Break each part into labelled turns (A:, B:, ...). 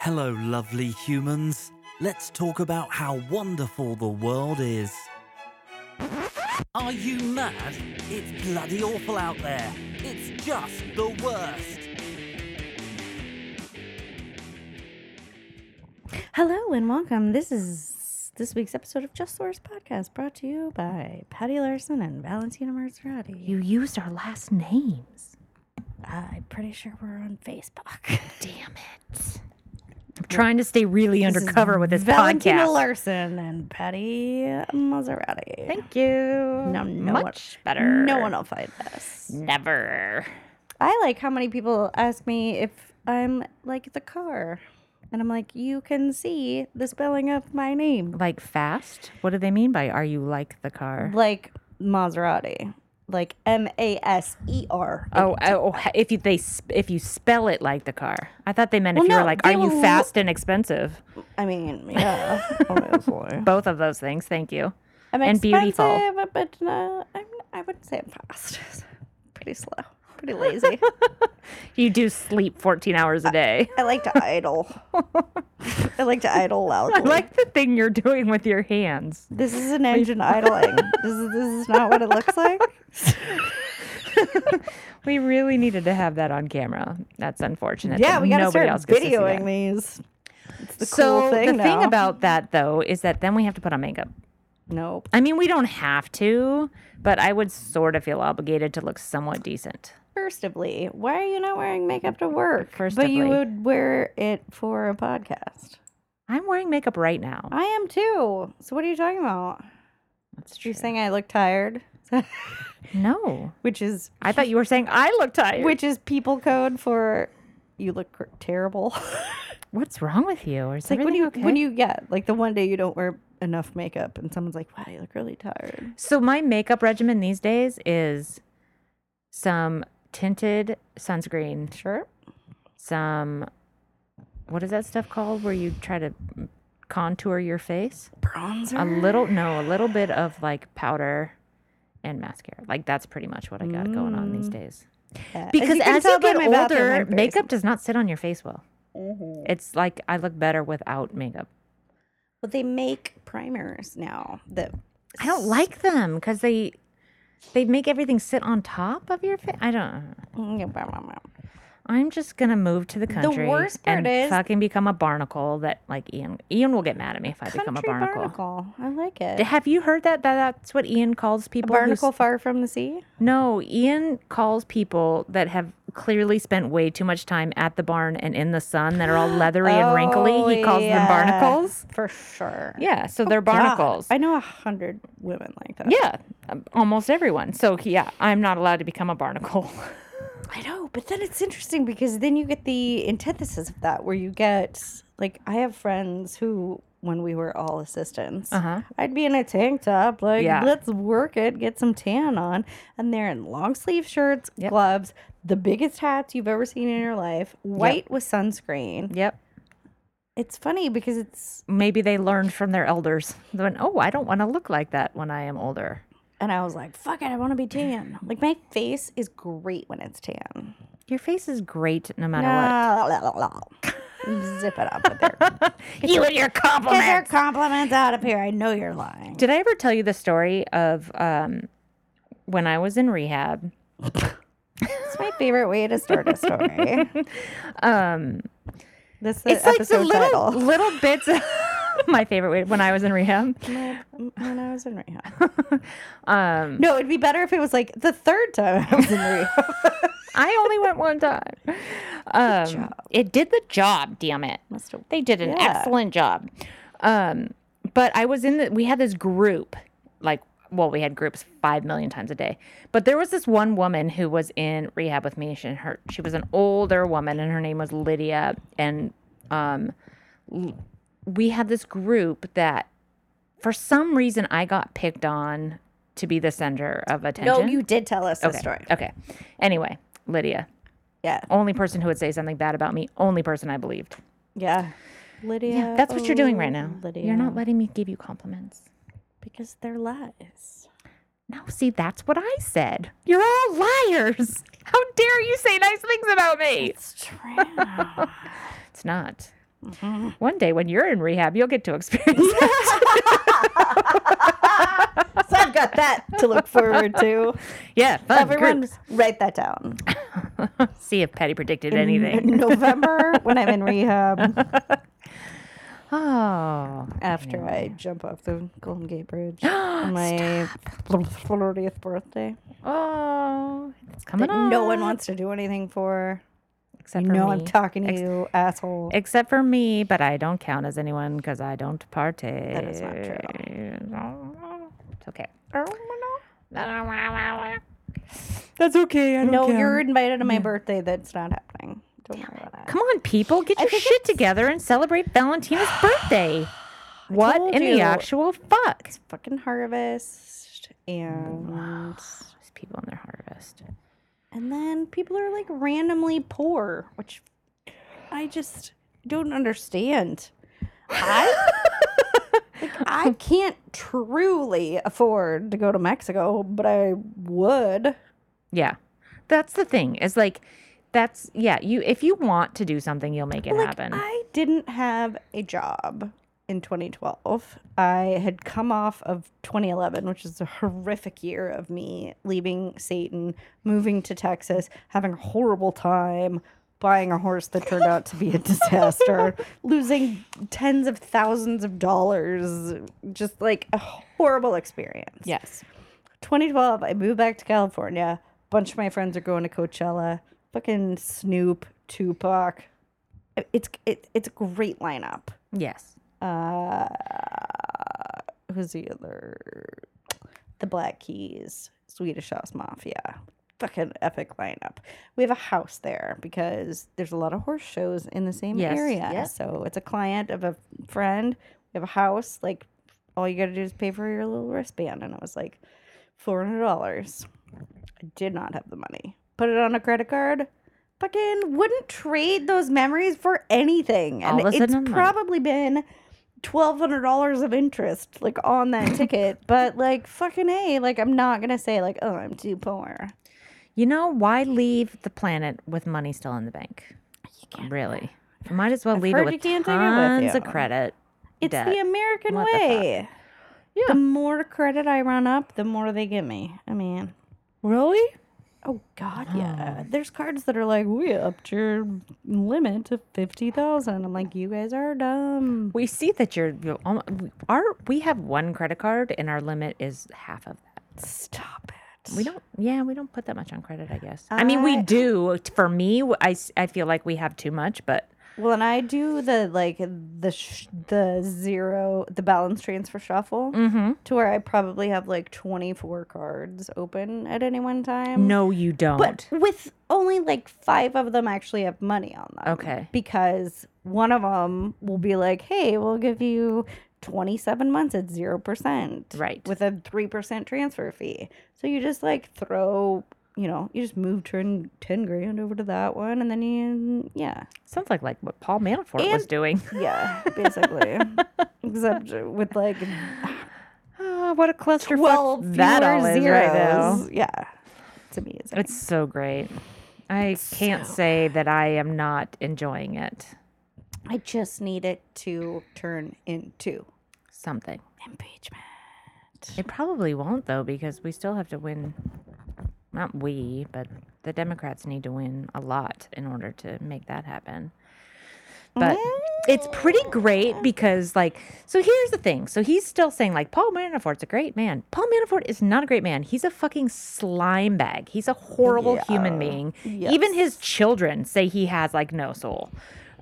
A: Hello, lovely humans. Let's talk about how wonderful the world is. Are you mad? It's bloody awful out there. It's just the worst.
B: Hello and welcome. This is this week's episode of Just Source Podcast, brought to you by Patty Larson and Valentina Marzorati.
C: You used our last names.
B: I'm pretty sure we're on Facebook.
C: Damn it. I'm trying to stay really undercover with this
B: Valentina
C: podcast.
B: Larson and Patty Maserati.
C: Thank you.
B: no, no one-
C: Much better.
B: No one will find this.
C: Never.
B: I like how many people ask me if I'm like the car, and I'm like, you can see the spelling of my name,
C: Like fast? What do they mean by are you like the car?
B: like Maserati, like M A S E R.
C: Oh, oh, oh, if you they sp- if you spell it like the car, I thought they meant
B: Well,
C: if you were
B: no,
C: like,
B: they
C: are you
B: will-
C: fast and expensive?
B: I mean, yeah, obviously.
C: Both of those things. Thank you.
B: I'm
C: and beautiful.
B: expensive, But uh, I'm, I wouldn't say I'm fast. pretty slow. Pretty lazy.
C: You do sleep 14 hours a day.
B: I like to idle. I like to idle loudly.
C: I like the thing you're doing with your hands.
B: this is an engine idling. This is this is not what it looks like.
C: We really needed to have that on camera. That's unfortunate.
B: Yeah,
C: that
B: we gotta
C: nobody
B: start
C: else gets to see that.
B: videoing these. It's the
C: so
B: cool thing
C: the
B: now.
C: thing about that though is that then we have to put on makeup.
B: nope.
C: I mean, we don't have to, but I would sort of feel obligated to look somewhat decent.
B: Firstly, why are you not wearing makeup to work? but
C: Firstly.
B: you would wear it for a podcast.
C: I'm wearing makeup right now.
B: I am too. So what are you talking about?
C: That's
B: You're saying I look tired,
C: No,
B: which is
C: I thought you were saying I look tired.
B: which is people code for you look cr- terrible.
C: What's wrong with you? Is
B: it's like when you
C: okay?
B: when you get like the one day you don't wear enough makeup and someone's like, "Wow, you look really tired."
C: So my makeup regimen these days is some tinted sunscreen,
B: Sure.
C: some what is that stuff called where you try to contour your face?
B: Bronzer.
C: a little no a little bit of like powder and mascara like that's pretty much what i got going on these days
B: Yeah.
C: because
B: can
C: as
B: tell
C: you
B: by
C: get
B: my bathroom Mm-hmm.
C: older
B: light face-
C: makeup does not sit on your face well it's like i look better without makeup
B: Well, they make primers now that
C: i don't like them because they they make everything sit on top of your face i don't
B: mm,
C: i'm just gonna move to the country
B: worst part
C: and
B: is-
C: fucking become a barnacle that like ian ian will get mad at me if i become
B: country
C: a barnacle
B: barnacle. I like it.
C: have you heard that, that that's what ian calls people who
B: barnacle far from the sea.
C: No, Ian calls people that have clearly spent way too much time at the barn and in the sun that are all leathery and
B: Oh,
C: wrinkly. He calls
B: yeah,
C: them barnacles.
B: for sure.
C: Yeah, so they're
B: God,
C: barnacles.
B: I know a hundred women like that.
C: yeah, um, almost everyone. So yeah, I'm not allowed to become a barnacle.
B: I know, but then it's interesting because then you get the antithesis of that, where you get like I have friends who, when we were all assistants,
C: Uh-huh.
B: I'd be in a tank top, like
C: Yeah.
B: let's work it, get some tan on, and they're in long sleeve shirts,
C: Yep.
B: gloves, the biggest hats you've ever seen in your life, white with sunscreen.
C: yep.
B: It's funny because it's,
C: Maybe they learned from their elders. They went, oh, I don't want to look like that when I am older.
B: and I was like, fuck it, I want to be tan. Like my face is great when it's tan.
C: Your face is great no matter
B: Zip it up with their
C: what. You and your
B: Get your
C: compliments.
B: compliments out of here. I know you're lying.
C: Did I ever tell you the story of um, when I was in rehab?
B: It's my favorite way to start a story.
C: Um,
B: This is
C: it's like the little little bits. Of my favorite way when I was in rehab.
B: title. When I was in rehab.
C: Um,
B: No, it'd be better if it was like the third time I was in rehab.
C: I only went one time. Um, it did the job. Damn it!
B: Must have-
C: They did an
B: Yeah.
C: excellent job. Um, but I was in the. We had this group, like. Well, we had groups five million times a day, but there was this one woman who was in rehab with me. She and her, she was an older woman, and her name was Lydia. And um, l- we had this group that, for some reason, I got picked on to be the center of
B: No,
C: attention.
B: you did tell us the
C: Okay.
B: story.
C: Okay. Anyway, Lydia,
B: Yeah.
C: only person who would say something bad about me, only person I believed.
B: Yeah. Lydia.
C: That's what you're doing right now.
B: oh, Lydia.
C: You're not letting me give you compliments.
B: Because they're lies.
C: No, see, that's what I said. You're all liars. How dare you say nice things about me?
B: It's true.
C: It's not.
B: Mm-hmm.
C: One day when you're in rehab, you'll get to experience
B: So
C: it.
B: I've got that to look forward to.
C: yeah, fun
B: Everyone,
C: groups.
B: write that down.
C: See if Patty predicted anything.
B: In November, when I'm in rehab,
C: Oh,
B: after I jump off the Golden Gate Bridge on my 40th birthday.
C: oh, it's coming
B: That
C: on.
B: no one wants to do anything for. I
C: except for
B: know
C: me.
B: I'm talking to you, asshole.
C: except for me, but I don't count as anyone because I don't partake. That
B: is not true at
C: It's okay. That's okay. I don't
B: no, you're invited to my birthday. That's not happening. Don't worry about that.
C: Come on, people, get your shit together and celebrate Valentina's birthday. What
B: told
C: in the
B: you.
C: actual fuck?
B: Fucking harvest and
C: These people in their harvest.
B: and then people are like randomly poor, which I just don't understand. I like, I can't truly afford to go to Mexico, but I would.
C: Yeah, that's the thing. Is like, that's yeah. You if you want to do something, you'll make it happen.
B: I didn't have a job in 2012. I had come off of 2011, which is a horrific year of me leaving Satan, moving to Texas, having a horrible time, buying a horse that turned out to be a disaster, losing tens of thousands of dollars, just like a horrible experience.
C: yes.
B: 2012, I moved back to California. A bunch of my friends are going to Coachella. Fucking Snoop, Tupac. It's it, it's a great lineup.
C: Yes.
B: Who's the other? The Black Keys, Swedish House Mafia. Fucking epic lineup. We have a house there because there's a lot of horse shows in the same
C: Yes,
B: area.
C: yeah.
B: So it's a client of a friend. We have a house. Like all you got to do is pay for your little wristband, and it was like four hundred dollars. I did not have the money. Put it on a credit card. Fucking wouldn't trade those memories for anything. And
C: All of a
B: it's
C: sudden, like-
B: probably been twelve hundred dollars of interest, like on that ticket. But like fucking hey, like I'm not gonna say like, oh, I'm too poor.
C: You know, why leave the planet with money still in the bank? really? You might as well leave
B: heard
C: it
B: you
C: with
B: can't take it with
C: tons of
B: you.
C: credit.
B: It's
C: debt.
B: the American
C: What the fuck?
B: way. yeah. The more credit I run up, the more they give me. I mean,
C: really?
B: Oh God, yeah. There's cards that are like, we upped your limit to fifty thousand. I'm like, you guys are dumb.
C: We see that you're you're almo- our we have one credit card and our limit is half of that.
B: Stop it.
C: We don't yeah, we don't put that much on credit, I guess. I, mean, we do. For me, I s- I feel like we have too much, but
B: Well, and I do the like the sh- the zero the balance transfer shuffle to where I probably have like twenty four cards open at any one time.
C: no you don't.
B: But with only like five of them actually have money on them.
C: Okay.
B: Because one of them will be like, hey, we'll give you 27 months at 0%.
C: Right.
B: With a 3% transfer fee. So you just like throw, you know, you just move 10, 10 grand over to that one and then you, yeah.
C: Sounds like like what Paul Manafort was
B: And-
C: doing.
B: Yeah, basically. Except with like
C: Ah, what a clusterfuck
B: 12
C: that
B: fewer
C: all is right now.
B: zeros. Yeah. It's amazing.
C: It's so great. I can't say that I am not enjoying it.
B: I just need it to turn into
C: Something.
B: impeachment.
C: It probably won't though, because we still have to win. Not we, but the Democrats need to win a lot in order to make that happen. But it's pretty great because, like, so here's the thing. So he's still saying, like, Paul Manafort's a great man. Paul Manafort is not a great man. He's a fucking slime bag. He's a horrible human being. Even his children say he has, like, no soul.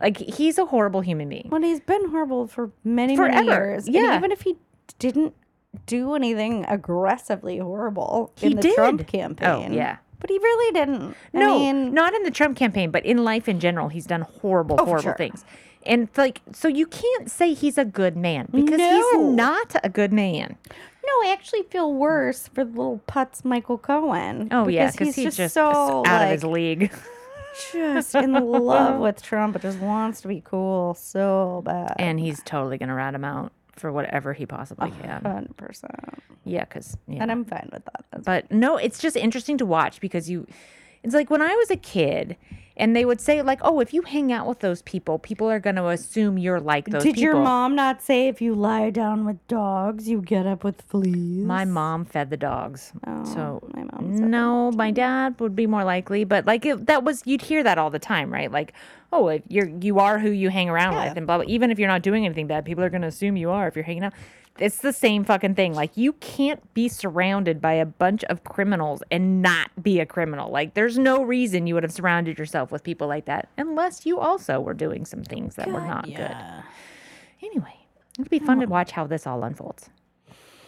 C: Like, he's a horrible human being.
B: Well, he's been horrible for many, many
C: Forever,
B: years.
C: yeah.
B: And even if he didn't do anything aggressively horrible
C: He
B: in the Trump
C: did.
B: campaign.
C: Oh, yeah.
B: But he really didn't.
C: No,
B: I mean, Oh,
C: not in the Trump campaign, but in life in general, he's done horrible, horrible
B: sure.
C: things. And it's like, so you can't say he's a good man because
B: No.
C: he's not a good man.
B: no, I actually feel worse for little putz Michael Cohen.
C: Oh yeah,
B: because he's, just,
C: s-
B: so
C: out of
B: like,
C: his league.
B: just in love with Trump, but just wants to be cool so bad.
C: and he's totally gonna rat him out for whatever he possibly can.
B: Hundred percent.
C: Yeah, because
B: And I'm fine with that. That's
C: but no, it's just interesting to watch because you, it's like when I was a kid And they would say like, "Oh, if you hang out with those people, people are going to assume you're like those
B: Did
C: people."
B: your mom not say if you lie down with dogs, you get up with fleas?
C: My mom fed the dogs. so
B: Oh, my mom said that
C: no, my dad would be more likely, but like it, that was you'd hear that all the time, right? Like, oh, if you're you are who you hang around with, and blah blah. Even if you're not doing anything bad, people are gonna assume you are if you're hanging out. It's the same fucking thing. Like you can't be surrounded by a bunch of criminals and not be a criminal. Like there's no reason you would have surrounded yourself with people like that unless you also were doing some things that were not good. Anyway, it'll be
B: Oh.
C: fun to watch how this all unfolds.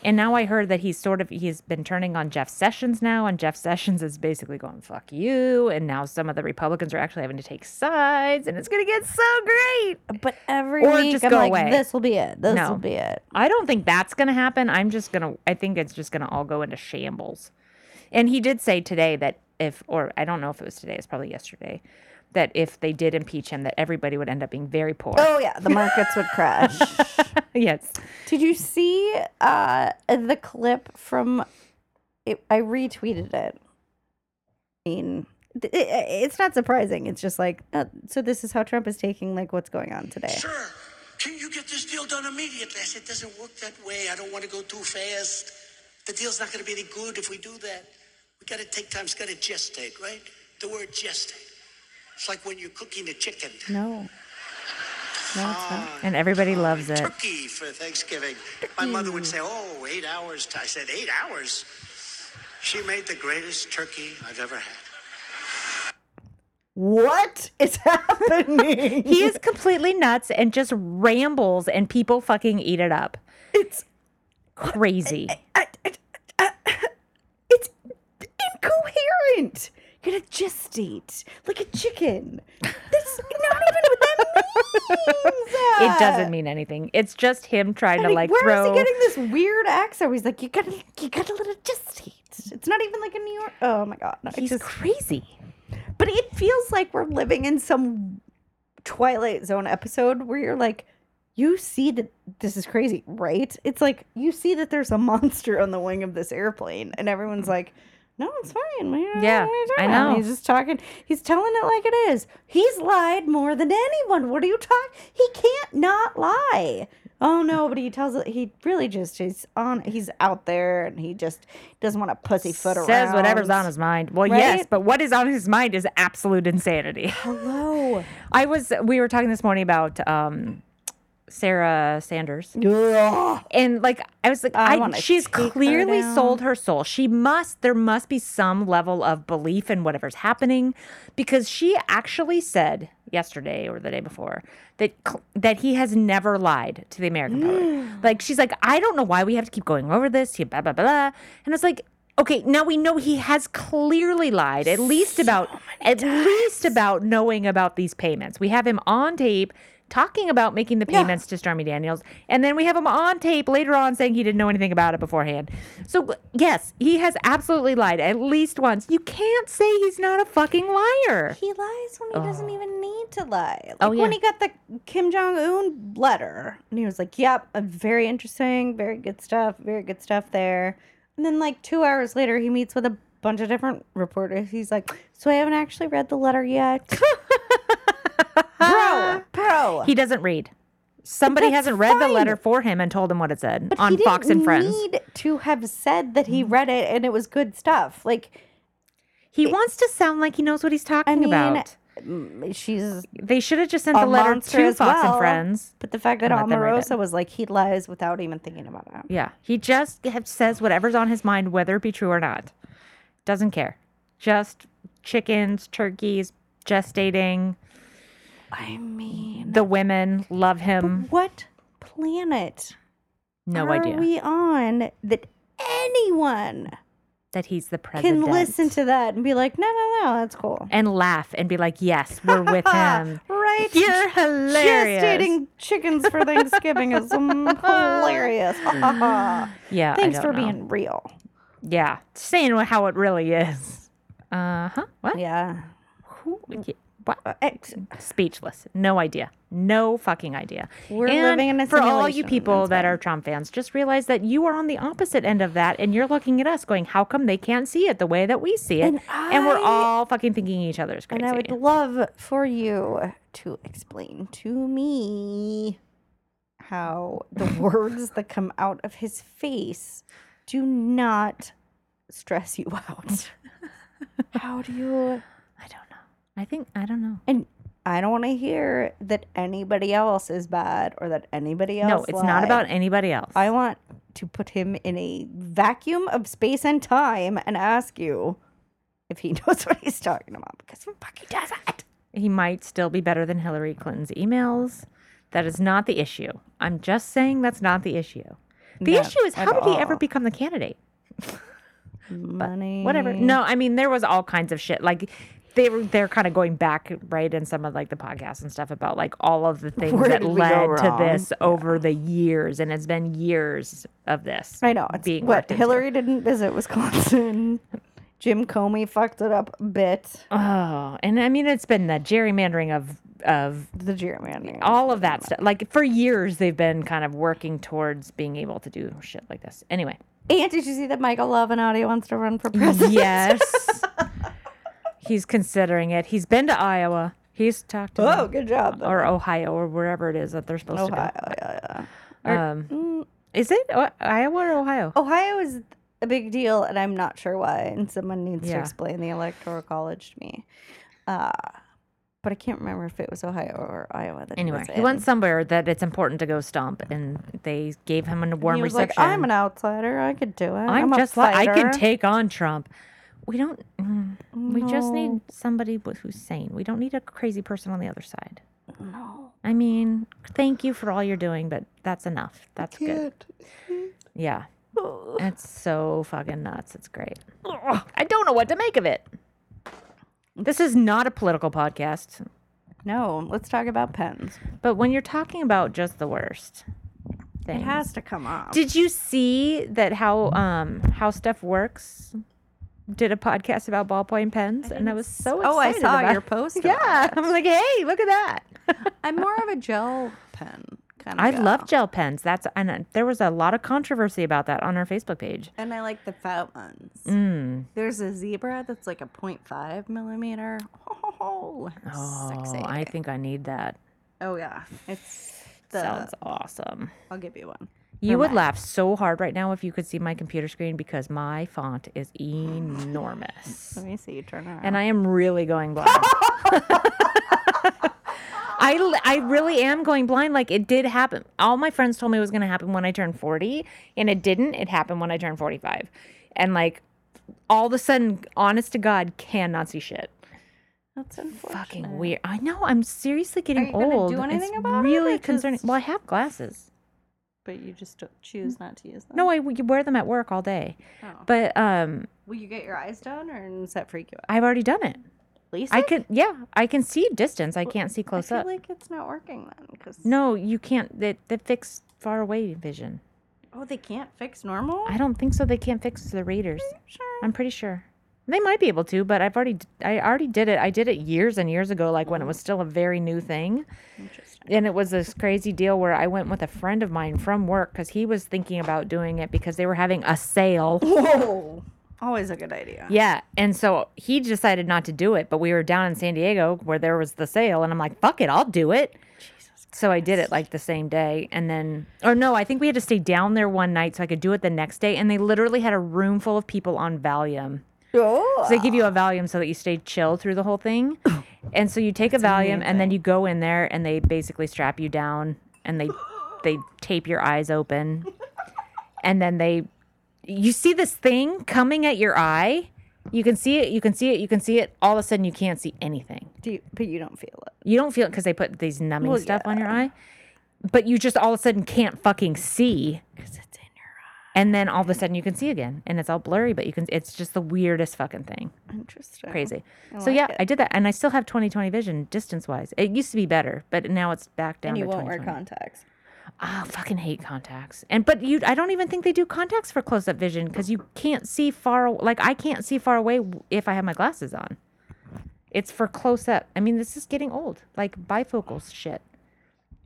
C: And now I heard that he's sort of he's been turning on Jeff Sessions now, and Jeff Sessions is basically going "fuck you," and now some of the Republicans are actually having to take sides, and it's gonna get so great.
B: But every
C: Or
B: week
C: just
B: I'm
C: go
B: like,
C: away.
B: this will be it. This
C: No.
B: will be it.
C: I don't think that's gonna happen. I'm just gonna I think it's just gonna all go into shambles. And he did say today that if or I don't know if it was today, it's probably yesterday, that if they did impeach him, that everybody would end up being very poor.
B: Oh yeah, the markets would crash.
C: yes.
B: Did you see uh, the clip from? It, I retweeted it. I mean, th- it- it's not surprising. It's just like, uh, so this is how Trump is taking like what's going on today.
D: Sir, can you get this deal done immediately? I said, it doesn't work that way. I don't want to go too fast. The deal's not going to be any good if we do that. We got to take time. It's got to gestate, right? The word gestate. It's like when you're cooking a chicken.
B: No, no, it's not.
C: And everybody loves it.
D: Turkey for Thanksgiving. My mother would say, oh, eight hours. I said, eight hours? She made the greatest turkey I've ever had.
B: What is happening?
C: He is completely nuts and just rambles, and people fucking eat it up.
B: it's
C: Crazy.
B: it's incoherent. You're gonna gestate like a chicken. That's not even what that means.
C: It doesn't mean anything. It's just him trying to like
B: where is
C: throw.
B: he getting this weird accent? Where he's like, you gotta, you gotta let it gestate. It's not even like a New York. Oh my god, no, it's
C: He's
B: just-
C: crazy.
B: but it feels like we're living in some Twilight Zone episode where you're like, you see that this is crazy, right? It's like you see that there's a monster on the wing of this airplane, and everyone's like, no, it's fine. We don't
C: Yeah,
B: know what you're
C: I
B: talking about."
C: know.
B: He's just talking. He's telling it like it is. He's lied more than anyone. What are you talking? He can't not lie. Oh no, but he tells it. He really just he's on. He's out there, and he just doesn't want to pussyfoot around.
C: Says whatever's on his mind. Well, yes,
B: Right?
C: but what is on his mind is absolute insanity.
B: Oh. Hello.
C: I was. We were talking this morning about um, Sarah Sanders.
B: Ugh.
C: and like I was like,
B: I
C: I,
B: wanna
C: she's
B: take her
C: clearly
B: down.
C: sold her soul. She must. There must be some level of belief in whatever's happening, because she actually said yesterday or the day before that cl- that he has never lied to the American public. Like she's like, I don't know why we have to keep going over this. He blah blah blah, and it's like. Okay, now we know he has clearly lied at least about at least about knowing about these payments. We have him on tape talking about making the
B: Yeah.
C: payments to Stormy Daniels, and then we have him on tape later on saying he didn't know anything about it beforehand. So yes, he has absolutely lied at least once. You can't say he's not a fucking liar.
B: He lies when he doesn't even need to lie. Like
C: Oh, yeah.
B: when he got the Kim Jong Un letter, and he was like, "Yep, uh, very interesting, very good stuff, very good stuff there." And then like two hours later, he meets with a bunch of different reporters. He's like, "So I haven't actually read the letter yet." bro, bro.
C: He doesn't read. Somebody
B: that's
C: hasn't read the
B: fine.
C: letter for him and told him what it said
B: But
C: on
B: he didn't
C: Fox and Friends.
B: Need to have said that he read it and it was good stuff. Like
C: he wants to sound like he knows what he's talking
B: mean,
C: about.
B: mm, she's
C: They should have just sent
B: a
C: the letter
B: monster
C: to
B: as
C: Fox
B: well,
C: and Friends.
B: But the fact that
C: and let them read it.
B: Omarosa was like he lies without even thinking about it.
C: Yeah, he just ha- says whatever's on his mind, whether it be true or not. Doesn't care. Just chickens, turkeys, gestating.
B: I mean,
C: The women love him.
B: what planet
C: Um, No
B: are
C: idea
B: we on that anyone
C: that he's the president.
B: can listen to that and be like, no, no, no, that's cool.
C: and laugh and be like, "Yes, we're with him."
B: right?
C: You're hilarious.
B: Just eating chickens for Thanksgiving is mm, hilarious.
C: Yeah. I
B: Thanks
C: don't
B: for
C: know.
B: being real.
C: Yeah, saying wh- how it really is. Uh huh. What?
B: Yeah.
C: Who- What?
B: Ex-
C: Speechless. No idea. No fucking idea.
B: We're
C: And
B: living in a
C: for all you
B: simulation,
C: people
B: that's
C: that are Trump fans, just realize that you are on the opposite end of that, and you're looking at us going, "How come they can't see it the way that we see it?"
B: And
C: we're
B: I-
C: all fucking thinking each other's crazy.
B: And I would love for you to explain to me how the words that come out of his face do not stress you out. how do you
C: I don't know. I think I don't know.
B: and I don't want to hear that anybody else is bad or that anybody else
C: No, it's not
B: lied.
C: about anybody else.
B: I want to put him in a vacuum of space and time and ask you if he knows what he's talking about because he fucking doesn't.
C: he might still be better than Hillary Clinton's emails. That is not the issue. I'm just saying that's not the issue. The
B: No,
C: issue is
B: at
C: how did he ever
B: all.
C: become the candidate?
B: Money.
C: Whatever. No, I mean there was all kinds of shit. Like they were they're kind of going back right in some of like the podcasts and stuff about like all of the things
B: Where
C: that
B: did we go
C: led to
B: wrong?
C: this over the years, and it's been years of this.
B: I know. It's
C: being
B: what
C: worked into.
B: Hillary didn't visit Wisconsin. Jim Comey fucked it up a bit.
C: Oh, and I mean it's been the gerrymandering of of
B: The gerrymandering.
C: all of that stuff. Like for years, they've been kind of working towards being able to do shit like this. Anyway,
B: And did you see that Michael Lovinati wants to run for president?
C: yes, he's considering it. He's been to Iowa. He's talked to
B: Oh,
C: them.
B: good job.
C: or Ohio or wherever it is that they're supposed
B: Ohio. mm.
C: to
B: Yeah, yeah.
C: go. Um, is it o- Iowa or Ohio?
B: Ohio is a big deal, and I'm not sure why. And someone needs to
C: Yeah.
B: explain the electoral college to me. Uh, but I can't remember if it was Ohio or Iowa. That
C: Anyway,
B: he, was
C: he
B: in.
C: went somewhere that it's important to go stomp, and they gave him a warm
B: He was like,
C: reception.
B: "I'm an outsider. I could do it. I'm,
C: I'm,
B: a
C: just like I can
B: fighter."
C: take on Trump. We don't. mm, We just
B: No.
C: need somebody wi- who's sane. We don't need a crazy person on the other side.
B: No.
C: I mean, thank you for all you're doing, but that's enough. That's good. Yeah. It's so fucking nuts. It's great. Ugh, I don't know what to make of it. This is not a political podcast,
B: No. Let's talk about pens.
C: but when you're talking about just the worst thing.
B: It has to come off.
C: Did you see that how um how stuff works? Did a podcast about ballpoint pens, and I was so excited
B: Oh, I saw
C: about
B: your
C: it.
B: post about
C: Yeah, I'm like, hey, look at that.
B: I'm more of a gel pen kind of.
C: I
B: gal.
C: love gel pens. That's and uh, there was a lot of controversy about that on our Facebook page.
B: And I like the fat ones.
C: Mm.
B: There's a zebra that's like a 0.5 millimeter. Oh, sexy.
C: Oh, I think I need that.
B: Oh yeah, it's the.
C: Sounds awesome.
B: I'll give you one.
C: You would laugh so hard right now if you could see my computer screen because my font is enormous.
B: Let me see you turn around.
C: and I am really going blind. I, l- I really am going blind. Like it did happen. All my friends told me it was going to happen when I turned 40, and it didn't. It happened when I turned 45. And like all of a sudden, honest to God, cannot see shit.
B: that's unfortunate.
C: Fucking weird. I know. I'm seriously getting
B: you gonna do
C: old.
B: anything
C: it's
B: about it,
C: really
B: or
C: concerning.
B: just-
C: Well, I have glasses.
B: But you just don't choose not to use them.
C: No, I you wear them at work all day.
B: Oh.
C: But um,
B: Will you get your eyes done, or does that freak you out?
C: I've already done it.
B: Lisa,
C: I could, yeah, I can see distance. I can't see
B: I
C: close
B: feel
C: up.
B: like it's not working then, because
C: No, you can't. They, they fix far away vision.
B: oh, they can't fix normal.
C: I don't think so. They can't fix the readers.
B: sure.
C: I'm pretty sure. They might be able to, but I've already d- I already did it. I did it years and years ago, like when it was still a very new thing.
B: Interesting.
C: And it was this crazy deal where I went with a friend of mine from work because he was thinking about doing it because they were having a sale.
B: Whoa, always a good idea.
C: Yeah. And so he decided not to do it, but we were down in San Diego where there was the sale. And I'm like, fuck it, I'll do it. So I did it like the same day. And then, or no, I think we had to stay down there one night so I could do it the next day. And they literally had a room full of people on Valium.
B: Oh,
C: So they give you a Valium so that you stay chill through the whole thing. And so you take a Valium and then you go in there and they basically strap you down and they they tape your eyes open. And then they you see this thing coming at your eye. You can see it, you can see it, you can see it. All of a sudden you can't see anything.
B: Do you, but you don't feel it.
C: You don't feel it because they put these numbing
B: Well,
C: stuff on your eye. But you just all of a sudden can't fucking see. Because it's in your eye. And then all of a sudden you can see again. And it's all blurry, but you can it's just the weirdest fucking thing
B: Interesting.
C: crazy. so yeah, I did that, and I still have 20/20 vision distance wise. It used to be better, but now it's back down.
B: And you
C: to
B: won't wear
C: 20/20.
B: contacts.
C: Ah, fucking hate contacts. And but you, I don't even think they do contacts for close up vision because you can't see far. aw- Like I can't see far away w- if I have my glasses on. It's for close up. I mean, this is getting old. Like bifocals shit.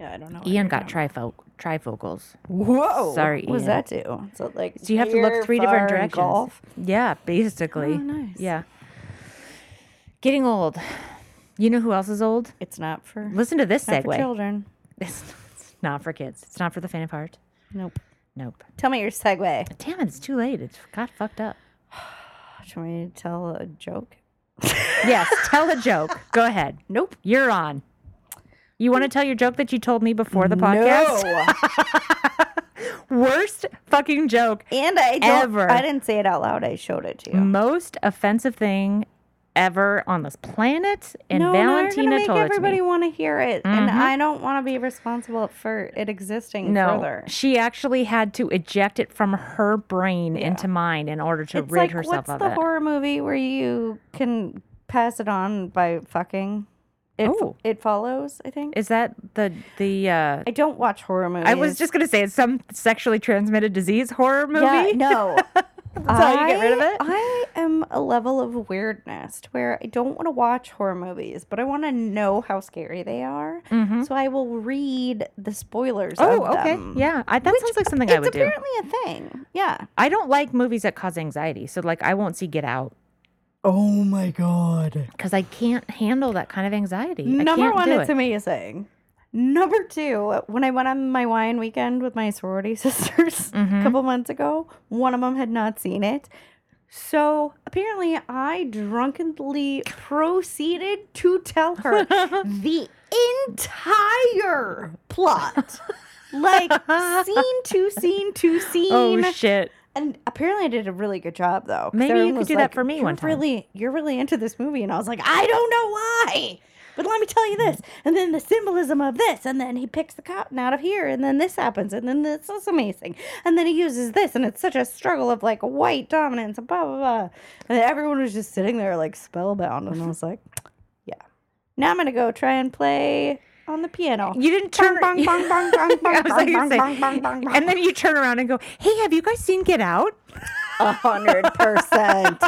B: Yeah, I don't know.
C: Ian got trifoc- trifocals.
B: Whoa.
C: Sorry,
B: What does
C: Ian.
B: that do? So like
C: So you have to
B: near,
C: look three different
B: far, and
C: directions.
B: Golf.
C: Yeah, basically.
B: Oh, nice.
C: Yeah. Getting old. You know who else is old?
B: It's not for
C: Listen to this
B: not for
C: segue.
B: children.
C: It's it's not for kids. It's not for the faint of heart.
B: Nope.
C: Nope.
B: Tell me your segue.
C: Damn it, it's too late. It's got fucked up.
B: Do you want me to tell a joke?
C: Yes, tell a joke. Go ahead.
B: Nope.
C: You're on. You want to tell your joke that you told me before the podcast?
B: No.
C: Worst fucking joke.
B: And I don't,
C: Ever.
B: I didn't say it out loud. I showed it to you.
C: Most offensive thing ever on this planet. And
B: no,
C: Valentina
B: no, you're gonna make
C: told it to me. Mm-hmm.
B: everybody want to hear it, and I don't want to be responsible for it existing
C: No,
B: further.
C: she actually had to eject it from her brain into mine in order to
B: It's
C: rid
B: like
C: herself
B: what's
C: of
B: the
C: it.
B: horror movie where you can pass it on by fucking? It, f-
C: Oh.
B: it follows. I think
C: Is that the the? Uh,
B: I don't watch horror movies.
C: I was just gonna say it's some sexually transmitted disease horror movie.
B: yeah, no.
C: That's how you get rid of
B: I-
C: it?
B: I am a level of weirdness to where I don't want to watch horror movies, but I want to know how scary they are. So I will read the spoilers.
C: Mm-hmm. Oh,
B: of
C: okay.
B: them.
C: Yeah, I, that
B: Which
C: sounds like something
B: it's
C: I would do.
B: apparently a thing. Yeah.
C: I don't like movies that cause anxiety, so like I won't see Get Out
B: Oh my god.
C: because I can't handle that kind of anxiety. I
B: Number
C: can't
B: one,
C: do
B: it's
C: it.
B: amazing. Number two, when I went on my wine weekend with my sorority sisters
C: Mm-hmm.
B: a couple months ago, one of them had not seen it. So apparently, I drunkenly proceeded to tell her the entire plot. Like scene to scene to scene.
C: oh shit!
B: And apparently, I did a really good job, though. 'cause
C: Maybe you
B: everyone
C: could
B: was
C: do that
B: like,
C: for me
B: you're
C: one time."
B: Really, you're really into this movie, and I was like, I don't know why. But let me tell you this, and then the symbolism of this, and then he picks the cotton out of here, and then this happens, and then this is amazing, and then he uses this, and it's such a struggle of like white dominance, and blah blah blah. And everyone was just sitting there like spellbound, and I was like, Yeah, now I'm gonna go try and play on the piano.
C: You didn't turn.
B: Bong, bong, bong, bong, bong,
C: I was like,
B: bong,
C: gonna say-
B: bong, bong, bong, bong.
C: and then you turn around and go, "Hey, have you guys seen Get Out?
B: A hundred percent.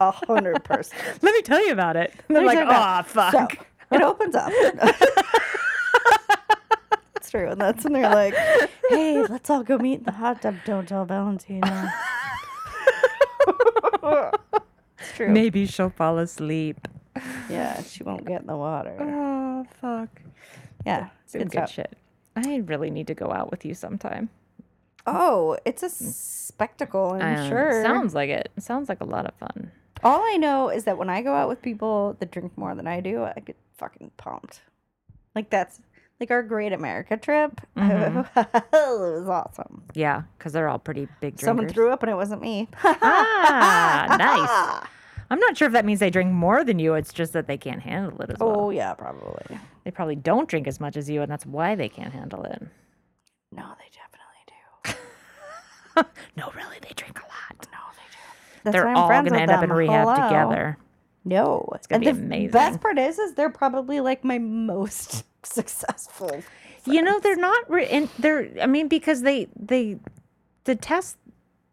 B: A hundred percent.
C: Let me tell you about it." And they're like,
B: Let me tell you
C: "Oh
B: about-
C: fuck."
B: So, it opens up. it's true. And that's when they're like, hey, let's all go meet in the hot tub. Don't tell Valentina. it's true.
C: Maybe she'll fall asleep.
B: Yeah, she won't get in the water.
C: Oh fuck!
B: Yeah.
C: Some
B: good
C: good
B: stuff.
C: shit. I really need to go out with you sometime.
B: Oh, it's a spectacle, I'm
C: Um,
B: sure.
C: Sounds like it. Sounds like a lot of fun.
B: All I know is that when I go out with people that drink more than I do, I get fucking pumped. Like that's like our Great America trip.
C: Mm-hmm.
B: it was awesome.
C: Yeah, because they're all pretty big drinkers.
B: Someone threw up and it wasn't me.
C: ah, nice. I'm not sure if that means they drink more than you. It's just that they can't handle it as well.
B: oh yeah, probably.
C: They probably don't drink as much as you, and that's why they can't handle it.
B: No, they definitely do.
C: No, really, they drink a lot.
B: No, they do. That's
C: they're
B: why I'm
C: all
B: friends
C: going
B: with
C: to end up in
B: them.
C: rehab
B: Hello.
C: together.
B: No, it's
C: gonna
B: and
C: be
B: the
C: amazing.
B: Best part is, is they're probably like my most successful.
C: You know, they're not. Re- and they're. I mean, because they they the test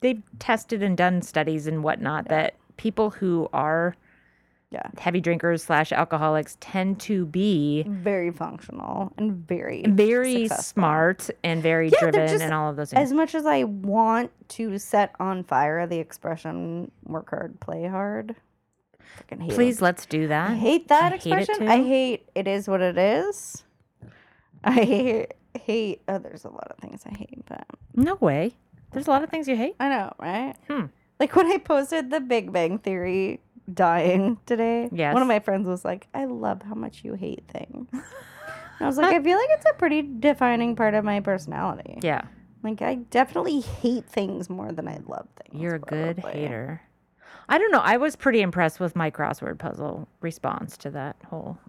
C: they've tested and done studies and whatnot that people who are
B: Yeah,
C: heavy drinkers slash alcoholics tend to be
B: very functional and very
C: very
B: successful.
C: smart and very
B: they're
C: driven
B: just
C: and all of those things.
B: As much as I want to set on fire the expression work hard, play hard, fucking hate it.
C: Please let's do that.
B: I hate that
C: I hate it
B: expression. I
C: too.
B: hate it is what it is. I hate, hate, oh, there's a lot of things I hate, but
C: No way. There's a lot of things you hate.
B: I know, right?
C: Hmm.
B: Like when I posted the Big Bang Theory dying today,
C: Yes.
B: one of my friends was like, I love how much you hate things. And I was like, I feel like it's a pretty defining part of my personality.
C: Yeah.
B: Like I definitely hate things more than I love things.
C: You're a good
B: probably.
C: hater. I don't know. I was pretty impressed with my crossword puzzle response to that whole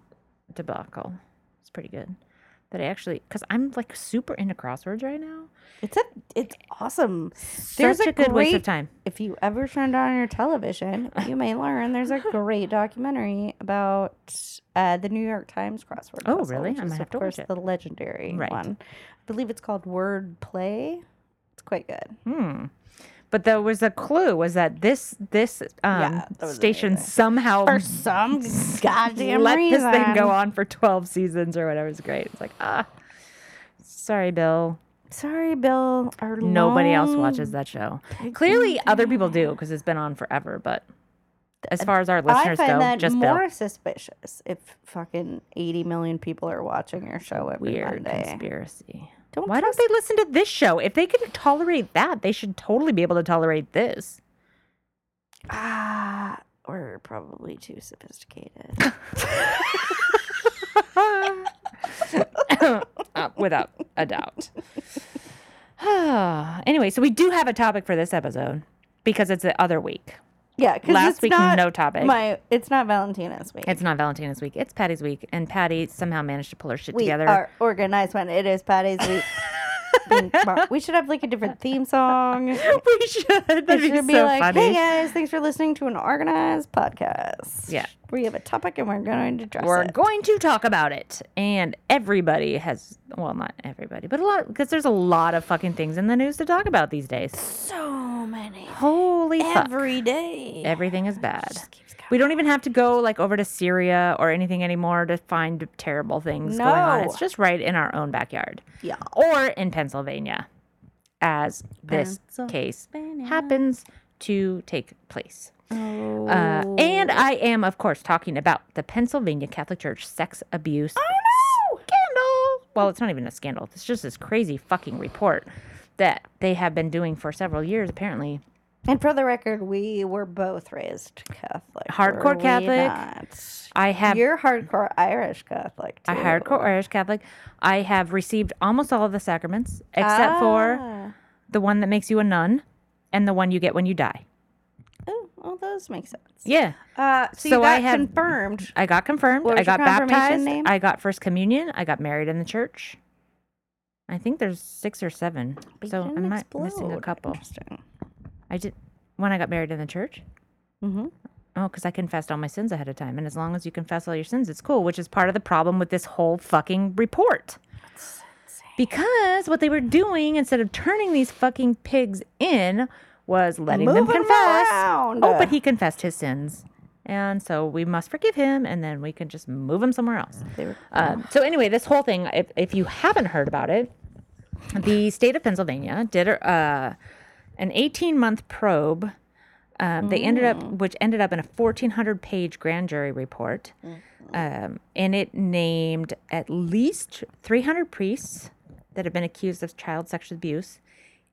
C: debacle. It's pretty good. That I actually, because I'm like super into crosswords right now.
B: It's a it's awesome.
C: Such a, good waste of time.
B: If you ever turned on your television, you may learn there's a great documentary about uh, the New York Times crossword.
C: Oh,
B: puzzle,
C: really?
B: which
C: I
B: is,
C: might have
B: of
C: to watch
B: course
C: it.
B: the legendary
C: Right.
B: one. I believe it's called Word Play. It's quite good.
C: Hmm. But there was a clue was that this this um,
B: Yeah, that was
C: station
B: amazing.
C: somehow
B: For some goddamn
C: let
B: reason.
C: this thing go on for 12 seasons or whatever. It's great. It's like, ah, sorry, Bill.
B: Sorry, Bill. Our
C: Nobody else
B: lone-
C: watches that show. Clearly, other people do because it's been on forever. But as far as our
B: I
C: listeners
B: find
C: go,
B: that
C: just
B: more
C: Bill.
B: suspicious if fucking 80 million people are watching your show every
C: Weird
B: Monday.
C: conspiracy.
B: Don't
C: Why don't
B: trust-
C: they listen to this show? If they can tolerate that, they should totally be able to tolerate this.
B: Ah, we're probably too sophisticated.
C: Uh, without a doubt. anyway, so we do have a topic for this episode because it's the other week.
B: yeah, because
C: Last
B: it's
C: week,
B: not
C: no topic.
B: My, it's not Valentina's week.
C: It's not Valentina's week. It's Patty's week, and Patty somehow managed to pull her shit
B: we
C: together.
B: are organized when it is Patty's week. Bing, bong. we should have like a different theme song.
C: we should.
B: It
C: That'd be
B: should
C: so
B: be like,
C: funny.
B: hey guys, thanks for listening to an organized podcast.
C: Yeah.
B: We have a topic and we're going to address
C: We're
B: it.
C: going to talk about it, and everybody has. Well, not everybody, but a lot because there's a lot of fucking things in the news to talk about these days.
B: so many.
C: Holy fuck!
B: Every day.
C: Everything is bad.
B: keeps
C: We don't even have to go like over to Syria or anything anymore to find terrible things going on.
B: No.
C: It's just right in our own backyard.
B: Yeah.
C: Or in Pennsylvania, as this case happens to take place. Uh, and I am, of course, talking about the Pennsylvania Catholic Church sex abuse
B: Oh,
C: scandal. Well, it's not even a scandal. It's just this crazy fucking report that they have been doing for several years, apparently.
B: And for the record, we were both raised Catholic.
C: Hardcore
B: were we
C: Catholic.
B: not?
C: I have
B: You're hardcore Irish Catholic too.
C: a hardcore Irish Catholic. I have received almost all of the sacraments except for
B: Ah.
C: the one that makes you a nun and the one you get when you die.
B: Oh, well, those make sense.
C: Yeah.
B: Uh, so,
C: So
B: you
C: I
B: got
C: have-
B: confirmed.
C: I got confirmed.
B: What
C: I
B: was your
C: got
B: confirmation
C: baptized.
B: name?
C: I got first communion. I got married in the church. I think there's six or seven.
B: But you
C: so
B: didn't
C: I'm not missing a
B: explode.
C: couple.
B: Interesting.
C: I did when I got married in the church.
B: Mm-hmm.
C: Oh, because I confessed all my sins ahead of time. And as long as you confess all your sins, it's cool, which is part of the problem with this whole fucking report. Because what they were doing instead of turning these fucking pigs in was letting them
B: Moving 'em
C: confess.
B: around.
C: Oh, but he confessed his sins. And so we must forgive him and then we can just move him somewhere else.
B: They were-
C: Um, so, anyway, this whole thing, if, if you haven't heard about it, the state of Pennsylvania did uh, an 18 month probe. Um, They ended up, which ended up in a 1,400 page grand jury report. Um, and it named at least 300 priests that have been accused of child sexual abuse.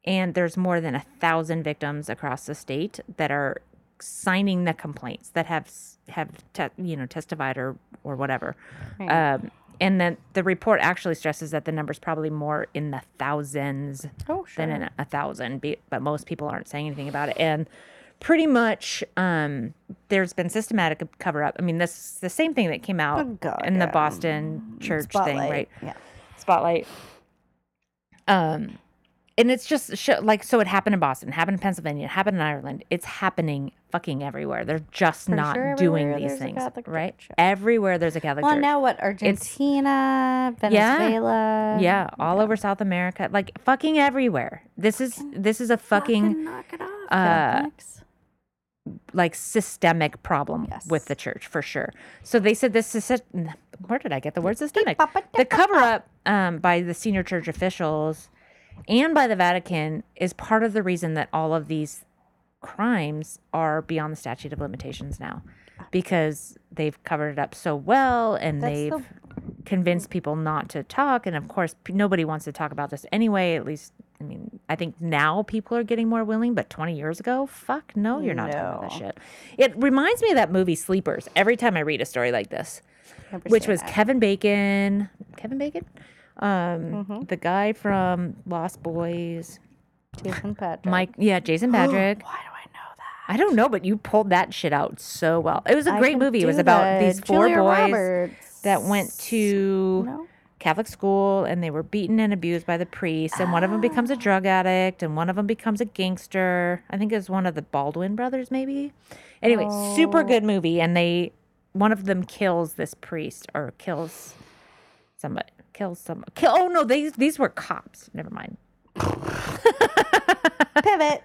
C: And there's more than a thousand victims across the state that are signing the complaints that have s- have te- you know testified or or whatever. Um, and then the report actually stresses that the number's probably more in the thousands
B: Oh, sure.
C: than in a thousand, be- but most people aren't saying anything about it. And pretty much, um, there's been systematic cover up. I mean, this the same thing that came out
B: Oh, God,
C: in the
B: yeah.
C: Boston church thing,
B: Spotlight.
C: right?
B: Yeah.
C: Spotlight. Um, and it's just sho like so. It happened in Boston. It happened in Pennsylvania. It happened in Ireland. It's happening fucking everywhere. They're just not
B: sure
C: doing
B: everywhere
C: these
B: there's a
C: things,
B: Catholic
C: right?
B: church, yeah.
C: Everywhere there's a Catholic
B: Well,
C: church.
B: now what? Argentina,
C: Yeah.
B: Venezuela.
C: yeah, all over South America, like fucking everywhere. This is this is a fucking uh,
B: Fucking knock it off, Catholics.
C: like systemic problem with the church for sure. So they said this is where did I get the word systemic? The cover up um, by the senior church officials and by the Vatican is part of the reason that all of these crimes are beyond the statute of limitations now because they've covered it up so well and
B: That's
C: they've
B: the-
C: convinced people not to talk and of course p- nobody wants to talk about this anyway at least i mean i think now people are getting more willing but 20 years ago fuck no you're not talking about that shit it reminds me of that movie sleepers every time i read a story like this
B: Never
C: which
B: seen
C: was
B: that.
C: kevin bacon kevin bacon um
B: Mm-hmm.
C: the guy from lost boys
B: Jason Patrick.
C: mike yeah jason patrick
B: Why do I know that?
C: I don't know, but you pulled that shit out so well. It was a
B: I
C: great
B: can
C: movie. It
B: do
C: was about
B: the
C: these four
B: Julia
C: boys
B: Roberts.
C: that went to
B: No?
C: Catholic school and they were beaten and abused by the priests. And one
B: Ah.
C: of them becomes a drug addict and one of them becomes a gangster. I think it was one of the Baldwin brothers, maybe. Anyway,
B: Oh.
C: super good movie. And they, one of them kills this priest or kills somebody. Kills some. Kill, oh no, these these were cops. Never mind.
B: Pivot.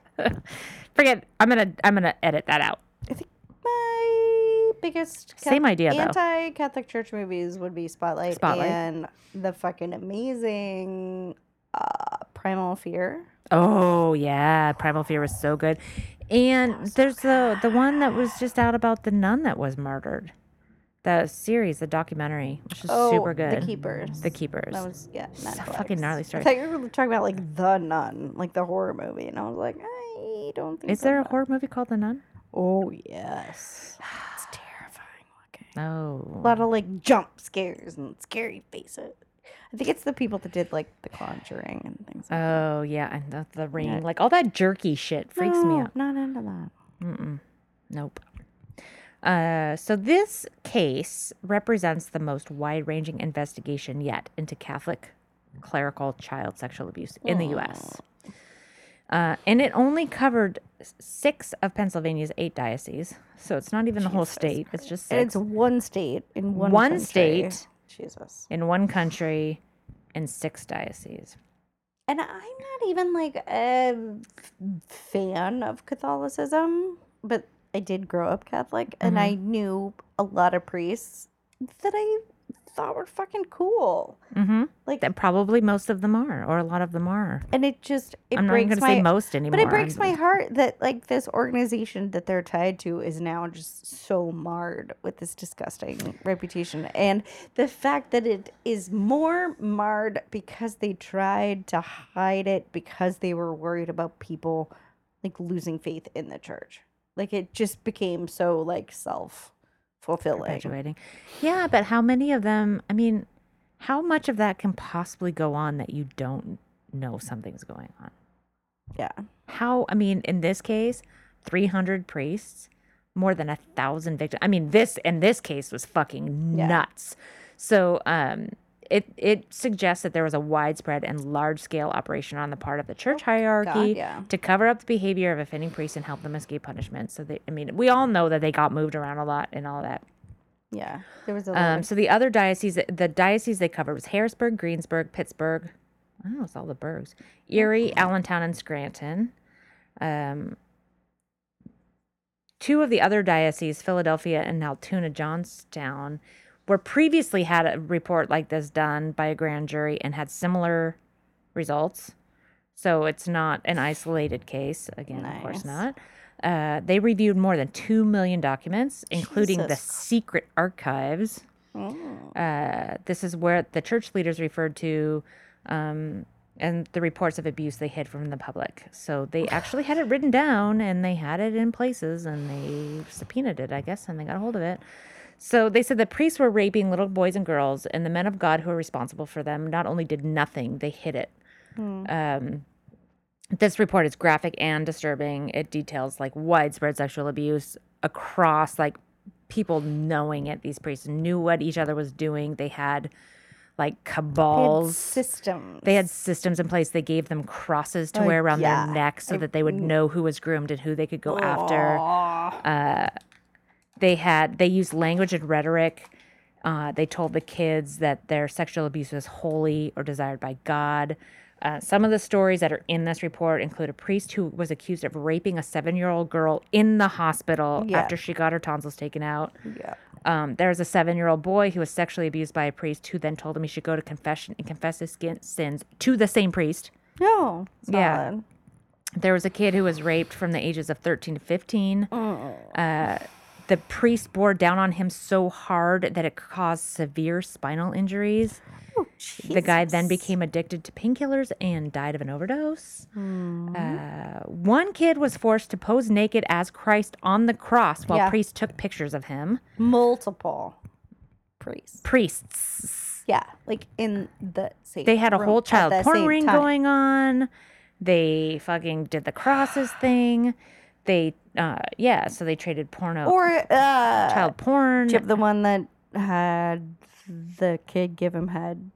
C: Forget. I'm gonna. I'm gonna edit that out.
B: I think my biggest
C: Same idea, though.
B: anti Catholic church movies would be Spotlight,
C: Spotlight.
B: and the fucking amazing uh, Primal Fear.
C: Oh yeah, Primal Fear was so good. And there's the the one that was just out about the nun that was murdered. The series, the documentary, which is
B: Oh,
C: super good.
B: The Keepers.
C: The Keepers.
B: That was yeah.
C: It's a
B: Netflix.
C: fucking gnarly
B: I
C: story. Mm.
B: thought you were talking about like the Nun, like the horror movie, and I was like, I don't think.
C: Is
B: so,
C: there a
B: but-
C: horror movie called The Nun?
B: Oh yes. It's terrifying looking.
C: No.
B: A lot of like jump scares and scary faces. I think it's the people that did like The Conjuring and things. like
C: Oh yeah, and the, the ring, like all that jerky shit, freaks me
B: No,
C: out.
B: Not into that.
C: Nope. Uh, so this case represents the most wide-ranging investigation yet into Catholic clerical child sexual abuse in the U.S. Uh, and it only covered s- six of Pennsylvania's eight dioceses, so it's not even the whole state. It's just
B: And
C: six
B: it's one state in one
C: One
B: country.
C: state.
B: Jesus.
C: in one country, and six dioceses.
B: And I'm not even like a f- fan of Catholicism, but I did grow up Catholic and I knew a lot of priests that I thought were fucking cool.
C: Mm-hmm.
B: Like
C: That probably most of them are, or a lot of them are.
B: and it just it
C: I'm not even
B: breaks
C: going to
B: my
C: say most anymore.
B: But it breaks
C: I'm-
B: my heart that like this organization that they're tied to is now just so marred with this disgusting reputation, and the fact that it is more marred because they tried to hide it because they were worried about people like losing faith in the church. Like it just became so like self fulfilling.
C: graduating. Yeah, but how many of them? I mean, how much of that can possibly go on that you don't know something's going on?
B: Yeah,
C: How? I mean, in this case, three hundred priests, more than a thousand victims. I mean, this in this case was fucking
B: Yeah.
C: nuts. So, um. It, it suggests that there was a widespread and large scale operation on the part of the church hierarchy
B: Oh, yeah.
C: to cover up the behavior of offending priests and help them escape punishment. So, they, I mean, we all know that they got moved around a lot and all that.
B: yeah. There was a lot
C: Um, so the other diocese, the diocese they covered was Harrisburg, Greensburg, Pittsburgh. I don't know, it's all the burgs.
B: Oh.
C: Erie, Allentown, and Scranton. Um, two of the other dioceses, Philadelphia and Altoona, Johnstown, were previously had a report like this done by a grand jury and had similar results. So it's not an isolated case. Again, of course
B: Nice.
C: not. Uh, they reviewed more than 2 million documents, including the
B: Jesus.
C: secret archives. Uh, this is where the church leaders referred to um, and the reports of abuse they hid from the public. So they actually had it written down and they had it in places and they subpoenaed it, I guess, and they got a hold of it. So they said the priests were raping little boys and girls, and the men of God who were responsible for them not only did nothing, they hid it. Um, this report is graphic and disturbing. It details like widespread sexual abuse across like people knowing it. These priests knew what each other was doing. They had like
B: of
C: cabals.
B: systems.
C: They had systems in place. They gave them crosses to
B: Oh,
C: wear around
B: yeah.
C: their necks so that they would know who was groomed and who they could go after. Uh, they had they used language and rhetoric. Uh, they told the kids that their sexual abuse was holy or desired by God. Uh, some of the stories that are in this report include a priest who was accused of raping a seven-year-old girl in the hospital
B: Yeah.
C: after she got her tonsils taken out.
B: yeah.
C: Um, there's a seven year old boy who was sexually abused by a priest who then told him he should go to confession and confess his skin- sins to the same priest.
B: No.
C: Yeah.
B: solid.
C: There was a kid who was raped from the ages of 13 to 15. Uh, the priest bore down on him so hard that it caused severe spinal injuries. The guy then became addicted to painkillers and died of an overdose. Uh, one kid was forced to pose naked as Christ on the cross while
B: Yeah.
C: priests took pictures of him.
B: multiple priests.
C: Priests.
B: Yeah, like in the same.
C: They had a
B: room
C: whole
B: at
C: child
B: the
C: porn
B: same
C: ring
B: time.
C: going on. They fucking did the crosses thing. They, uh, yeah, so they traded porno,
B: Or uh,
C: child porn.
B: Chip, the one that had the kid give him head,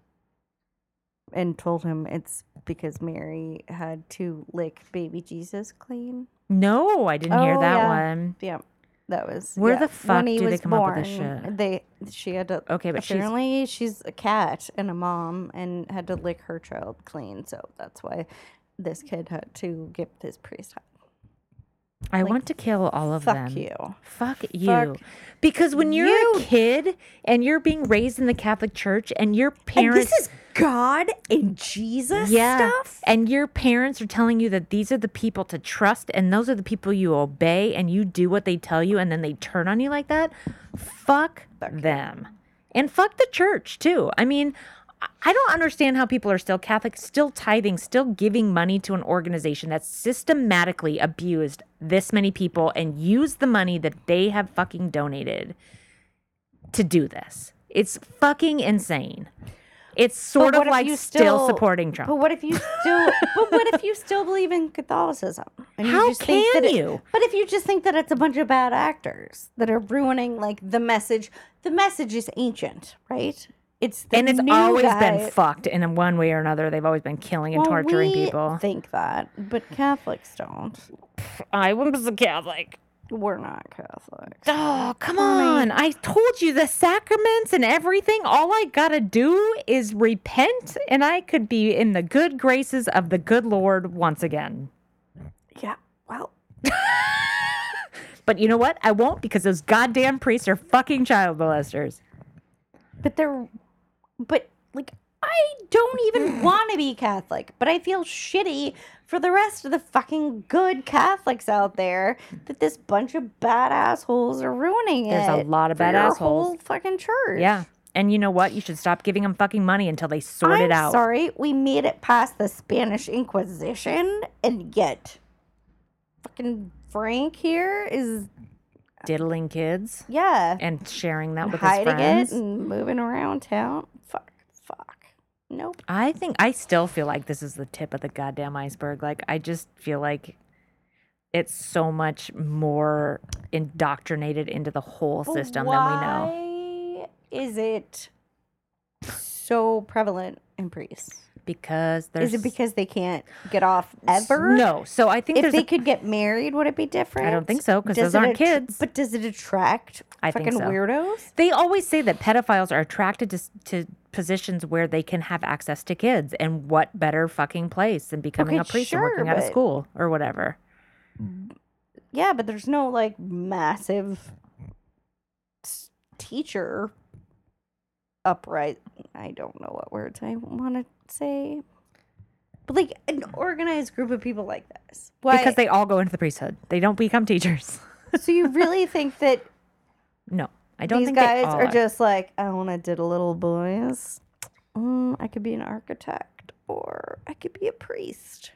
B: and told him it's because Mary had to lick baby Jesus clean.
C: No, I didn't hear
B: Oh,
C: that
B: yeah.
C: one.
B: Yeah, that was
C: Where
B: yeah,
C: the fuck
B: when he
C: do they
B: was
C: come up
B: born,
C: with this shit?
B: They she had to
C: Okay, but she's-
B: apparently she's, a cat and a mom and had to lick her child clean, so that's why this kid had to give this priest high.
C: I want to kill all of
B: fuck
C: them.
B: you.
C: Fuck you. Because when you're a
B: you.
C: kid and you're being raised in the Catholic Church and your
B: And
C: parents
B: this is God and Jesus stuff.
C: And your parents are telling you that these are the people to trust and those are the people you obey and you do what they tell you and then they turn on you like that. Fuck them. And fuck the church too. I mean, I- I don't understand how people are still Catholic, still tithing, still giving money to an organization that systematically abused this many people and used the money that they have fucking donated to do this. It's fucking insane. It's sort
B: But
C: of
B: what if
C: like
B: you
C: still supporting Trump.
B: But what if you still? but what if you still believe in Catholicism? And
C: How
B: that
C: can
B: it-
C: you?
B: but if you just think that it's a bunch of bad actors that are ruining like the message, the message is ancient, right? It's the
C: and it's
B: new
C: always
B: guy-
C: been fucked in one way or another. They've always been killing and
B: Well,
C: torturing
B: we
C: people.
B: Think that, but Catholics don't.
C: I was a Catholic.
B: We're not Catholics.
C: Oh, come on. I told you the sacraments and everything. All I got to do is repent, and I could be in the good graces of the good Lord once again.
B: Yeah. Well,
C: But you know what? I won't because those goddamn priests are fucking child molesters.
B: but they're but like i don't even want to be catholic but i feel shitty for the rest of the fucking good catholics out there that this bunch of bad assholes are ruining
C: There's
B: it
C: a lot of
B: for
C: bad
B: your
C: assholes.
B: whole fucking church
C: Yeah. And you know what? You should stop giving them fucking money until they sort
B: I'm
C: it out.
B: sorry we made it past the spanish inquisition and yet fucking frank here is
C: Diddling kids
B: yeah
C: and sharing that with his
B: hiding
C: friends.
B: it and moving around town fuck fuck nope
C: I think I still feel like this is the tip of the goddamn iceberg. Like I just feel like it's so much more indoctrinated into the whole system than we know.
B: Why is it so prevalent in priests?
C: Because there's
B: Is it because they can't get off ever?
C: No. So I think
B: If
C: there's
B: they
C: a-
B: could get married, would it be different?
C: think so, 'cause
B: Does
C: those
B: it
C: aren't
B: attr-
C: kids.
B: But does it attract
C: I think
B: fucking
C: so.
B: weirdos?
C: they always say that pedophiles are attracted to, s- to positions where they can have access to kids and what better fucking place than becoming
B: Okay,
C: a priest
B: sure,
C: and working at a
B: but-
C: school or whatever.
B: Yeah, but there's no like massive s- teacher uprising. I don't know what words I want to say. But like an organized group of people like this. Why?
C: Because they all go into the priesthood. They don't become teachers.
B: so you really think that
C: no. I don't
B: these
C: think
B: guys
C: they all
B: are, just like, I want to diddle little boys. Mm, I could be an architect or I could be a priest.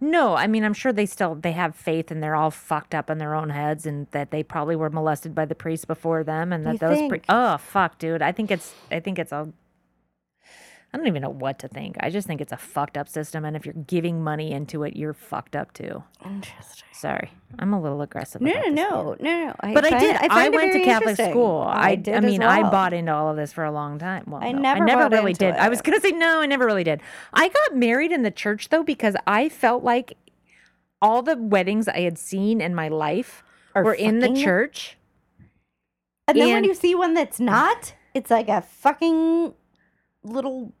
C: No, I mean I'm sure they still they have faith and they're all fucked up in their own heads and that they probably were molested by the priests before them and that
B: You
C: those
B: think?
C: pri- oh fuck dude I think it's I think it's a I don't even know what to think. I just think it's a fucked up system and if you're giving money into it you're fucked up too.
B: Interesting.
C: Sorry. I'm a little aggressive.
B: No,
C: about
B: no, no,
C: this.
B: no, no. I
C: But I
B: find-
C: did. I,
B: find it
C: went to
B: very
C: Catholic
B: interesting.
C: school. I,
B: did
C: I
B: as
C: mean, I
B: well.
C: bought into all of this for a long time. Well,
B: I
C: no,
B: never
C: I never
B: bought
C: really
B: into
C: did. I was
B: it.
C: gonna say no. I never really did. I got married in the church though because I felt like all the weddings I had seen in my life
B: Are
C: were in the
B: fucking-
C: church.
B: And then when
C: and-
B: you see one that's not, it's like a fucking little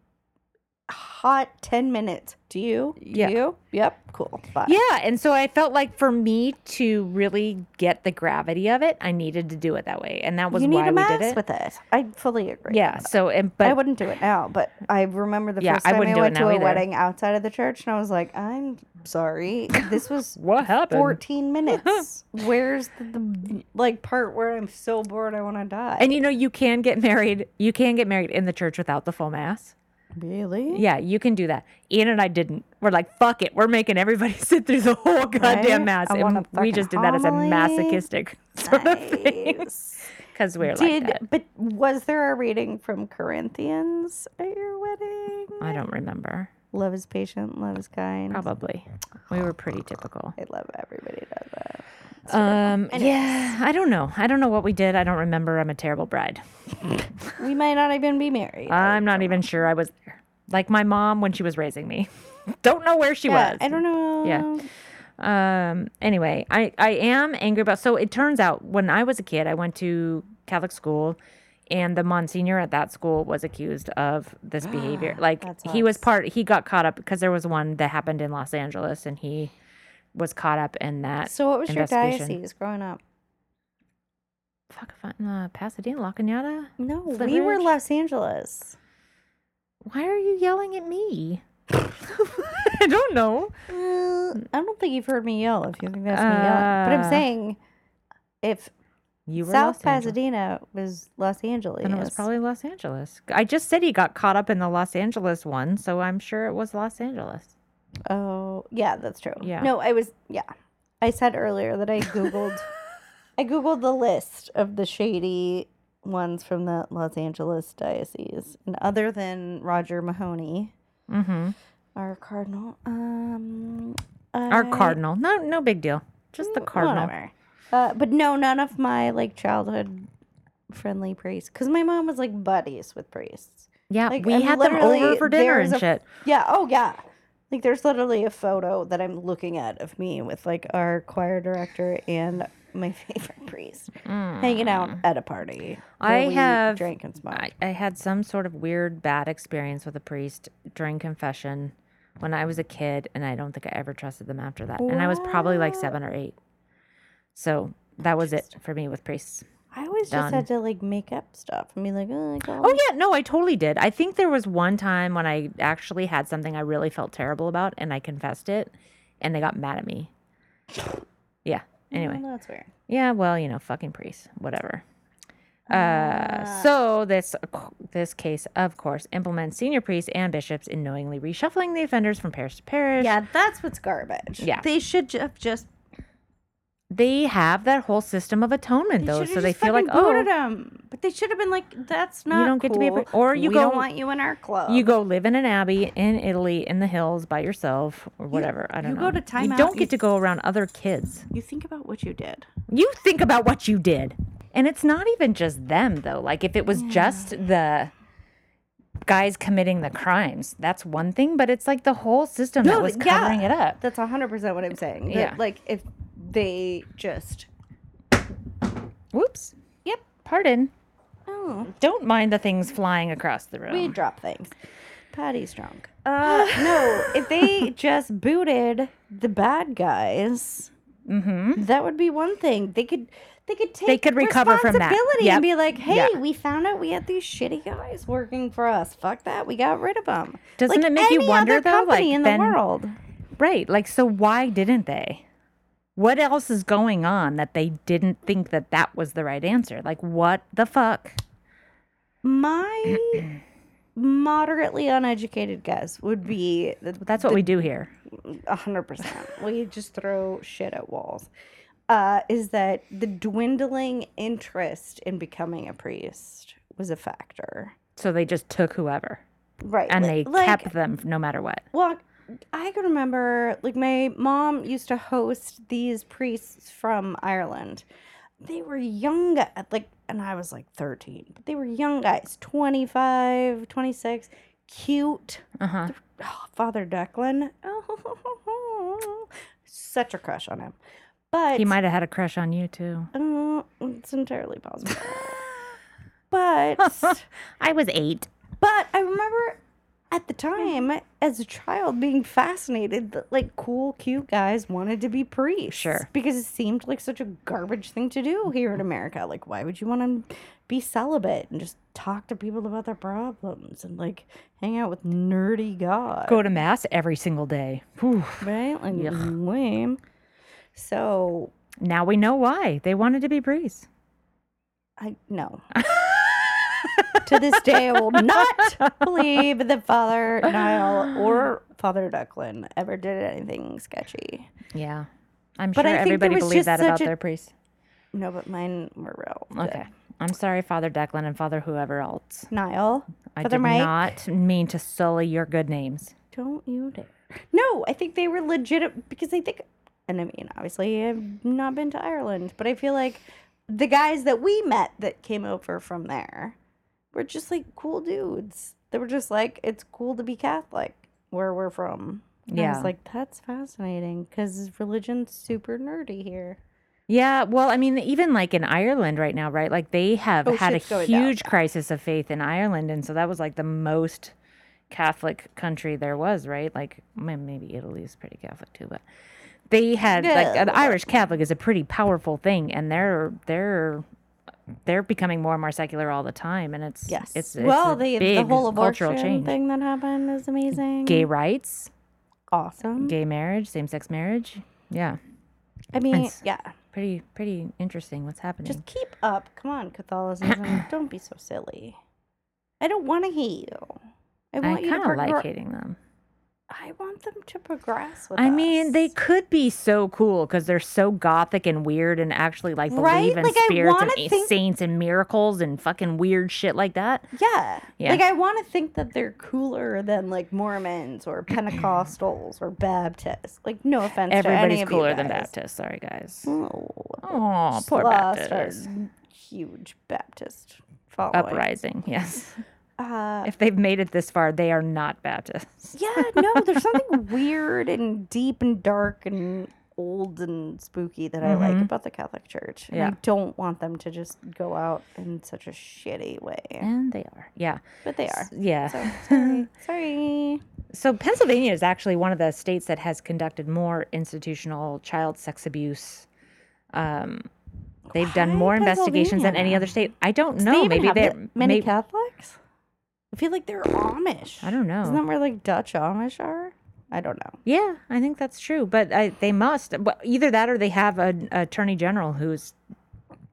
B: hot 10 minutes. Do you? Do
C: Yeah.
B: you? Yep. Cool. Bye.
C: Yeah, and so I felt like for me to really get the gravity of it, I needed to do it that way, and that was
B: You need
C: why
B: to
C: we
B: mess
C: did it.
B: with it. I fully agree.
C: yeah. So, and but
B: I wouldn't do it now, but I remember the
C: Yeah,
B: first
C: I
B: time I,
C: wouldn't do it
B: went to
C: now
B: a
C: either.
B: wedding outside of the church, and I was like, "I'm sorry, this was
C: what happened?
B: 14 minutes. Where's the, the like part where I'm so bored I want to die?"
C: And you know, you can get married. You can get married in the church without the full mass.
B: really?
C: Yeah, you can do that. Ian and I didn't. We're like, fuck it. We're making everybody sit through the whole goddamn
B: Right?
C: mass.
B: I want
C: And
B: a
C: we just did that as a
B: fucking homily.
C: masochistic sort of thing.
B: Nice.
C: Because we're
B: Did
C: like that.
B: but was there a reading from Corinthians at your wedding?
C: I don't remember.
B: Love is patient, love is kind.
C: Probably. We were pretty typical.
B: I love everybody does that.
C: Um, yeah, I don't know. I don't know what we did. I don't remember. I'm a terrible bride.
B: We might not even be married.
C: I'm not even sure I was there. Like my mom when she was raising me. don't know where she
B: yeah,
C: was.
B: I don't know.
C: Yeah. um anyway i i am angry about so it turns out when i was a kid i went to catholic school and the Monsignor at that school was accused of this behavior. Like
B: that
C: he was
B: sucks.
C: part, he got caught up because there was one that happened in Los Angeles, and he was caught up in that.
B: So what was your
C: investigation.
B: diocese growing up?
C: Fuck, if I- uh, Pasadena, La Cañada.
B: No,
C: Flint
B: we were
C: Ridge?
B: Los Angeles.
C: Why are you yelling at me? I don't know.
B: Mm, I don't think you've heard me yell. If you think that's me yelling, but I'm
C: Uh,
B: saying, if
C: You were
B: South
C: Los Angeles.
B: Pasadena was Los Angeles,
C: And it was probably Los Angeles. I just said he got caught up in the Los Angeles one, so I'm sure it was Los Angeles.
B: Oh, yeah, that's true.
C: Yeah.
B: No, I was yeah. I said earlier that I googled I googled the list of the shady ones from the Los Angeles diocese. And other than Roger Mahoney,
C: hmm
B: our cardinal, um
C: Our
B: I-
C: cardinal. No, no big deal. Just the cardinal.
B: whatever. Uh, but no, none of my like childhood friendly priests cuz my mom was like buddies with priests.
C: Yeah,
B: Like,
C: we
B: I'm
C: had them over
B: literally-
C: for dinner
B: there is
C: and
B: a-
C: shit.
B: Yeah. Oh, yeah. Like, there's literally a photo that I'm looking at of me with like our choir director and my favorite priest hanging out at a party. where
C: Mm. I
B: we
C: have-
B: drank and smoked.
C: I, I had some sort of weird bad experience with a priest during confession when I was a kid, and I don't think I ever trusted them after that. And I was probably like seven or eight. So that was it for me with priests.
B: I always just had to like make up stuff and be like, oh, like,
C: Oh yeah, no, I totally did. I think there was one time when I actually had something I really felt terrible about and I confessed it and they got mad at me. Yeah. Anyway.
B: Well, that's weird.
C: Yeah, well, you know, fucking priests, whatever. Uh,
B: Ah.
C: so this this case, of course, implements senior priests and bishops in knowingly reshuffling the offenders from parish to parish.
B: Yeah, that's what's garbage.
C: Yeah.
B: They should ju- have just.
C: They have that whole system of atonement though,
B: should've
C: so they
B: just
C: feel like,
B: fucking
C: "Oh,
B: booted 'em. But they should have been like, that's not.
C: don't get to be a
B: cool.
C: pri- or you
B: we
C: go-
B: don't want you in our club.
C: You go live in an abbey in Italy in the hills by yourself or whatever. I don't
B: you go
C: know.
B: to
C: You
B: timeout,
C: don't
B: you
C: get to go around other kids.
B: You think about what you did.
C: You think about what you did. And it's not even just them though. Like if it was just the guys committing the crimes, that's one thing, but it's like the whole system that
B: No,
C: was
B: yeah.
C: covering it up.
B: That's 100% what I'm saying. That,
C: Yeah.
B: Like, if they just.
C: Whoops.
B: Yep.
C: Pardon.
B: Oh,
C: Don't mind the things flying across the room.
B: we drop things. Patty's drunk. Uh, no, if they just booted the bad guys, that would be one thing. They could. They could take
C: Mm-hmm. could recover from that.
B: responsibility
C: Yep.
B: and be like, "Hey,
C: Yeah.
B: we found out we had these shitty guys working for us. Fuck that, we got rid of them."
C: Doesn't it make you wonder,
B: other
C: though,
B: Company
C: like,
B: in the
C: then-
B: world,
C: Right. Like, so why didn't they? What else is going on that they didn't think that that was the right answer? Like, what the fuck?
B: my moderately uneducated guess would be that
C: That's what we do here.
B: A hundred percent. We just throw shit at walls. Uh, is that the dwindling interest in becoming a priest was a factor?
C: So they just took whoever
B: Right.
C: and
B: li-
C: they kept them no matter what.
B: Well, I can remember, like, my mom used to host these priests from Ireland. They were young, gu- like, and I was like 13, but they were young guys, 25, 26, cute.
C: Uh-huh.
B: Oh, Father Declan. Such a crush on him. But
C: He might have had a crush on you too.
B: uh, it's entirely possible. but
C: I was eight.
B: But I remember at the
C: Mm-hmm.
B: time, as a child, being fascinated that like cool, cute guys wanted to be priests.
C: Sure.
B: Because it seemed like such a garbage thing to do here in America. Like, why would you want to be celibate and just talk to people about their problems and like hang out with nerdy guys?
C: Go to mass every single day. Whew.
B: Right? Like, lame. So
C: Now we know why they wanted to be priests.
B: I no. to this day, I will not believe that Father Niall or Father Ducklin ever did anything sketchy.
C: Yeah, I'm
B: But
C: sure
B: I think there
C: everybody
B: was just
C: believed that about
B: such a-
C: their priests.
B: No, but mine were real.
C: Okay, I'm sorry, Father Declan and Father whoever else.
B: Niall,
C: I
B: Father
C: did
B: Mike,
C: not mean to sully your good names.
B: don't you dare. No, I think they were legit because I think, and I mean, obviously, I've not been to Ireland, but I feel like the guys that we met that came over from there were just like cool dudes. They were just like, it's cool to be Catholic where we're from. And I
C: Yeah.
B: was like, that's fascinating because religion's super nerdy here.
C: Yeah, well, I mean, even like in Ireland right now, right? Like they have
B: Oh,
C: had a
B: shit's going down,
C: huge
B: yeah.
C: crisis of faith in Ireland, and so that was like the most Catholic country there was, right? Like ma- maybe Italy's pretty Catholic too, but they had like an Irish Catholic is a pretty powerful thing, and they're they're they're becoming more and more secular all the time, and it's
B: Yes.
C: it's, it's
B: well,
C: a
B: the,
C: big
B: the whole
C: cultural
B: abortion
C: change.
B: thing that happened is amazing.
C: Gay rights,
B: Awesome.
C: gay marriage, same sex marriage, yeah,
B: I mean,
C: It's-
B: yeah.
C: pretty pretty interesting. What's happening?
B: Just keep up. Come on, Catholicism. don't be so silly. I don't want to hate you. I
C: I
B: want you to
C: kind of like
B: progr-
C: hating them.
B: I want them to progress with
C: I mean, they
B: us.
C: could be so cool because they're so gothic and weird and actually like believe
B: Right?
C: in
B: Like, I
C: spirits and
B: wanna
C: a-
B: think-
C: saints and miracles and fucking weird shit like that.
B: Yeah.
C: Yeah.
B: Like I want to think that they're cooler than like Mormons or Pentecostals or Baptists. Like no offense to any
C: Everybody's
B: of
C: cooler
B: you
C: than
B: guys.
C: Baptists. Sorry, guys.
B: Oh,
C: Oh,
B: Lost our
C: poor Baptists.
B: Huge Baptist following.
C: Uprising, yes.
B: Uh,
C: If they've made it this far, they are not Baptists.
B: yeah, no, there's something weird and deep and dark and old and spooky that I like about the Catholic Church. And
C: Mm-hmm. Yeah.
B: I don't want them to just go out in such a shitty way.
C: And they are, yeah,
B: But they are.
C: yeah.
B: So sorry. sorry.
C: So Pennsylvania is actually one of the states that has conducted more institutional child sex abuse. Um, they've done
B: Why
C: more investigations than any
B: Pennsylvania?
C: other state. I don't
B: They
C: know.
B: even
C: Maybe
B: have
C: they're
B: that many
C: may-
B: Catholics. I feel like they're Amish.
C: I
B: Isn't
C: don't know.
B: that where like Dutch Amish are? I don't know.
C: Yeah, I think that's true. But I, they must. But either that, or they have an attorney general who's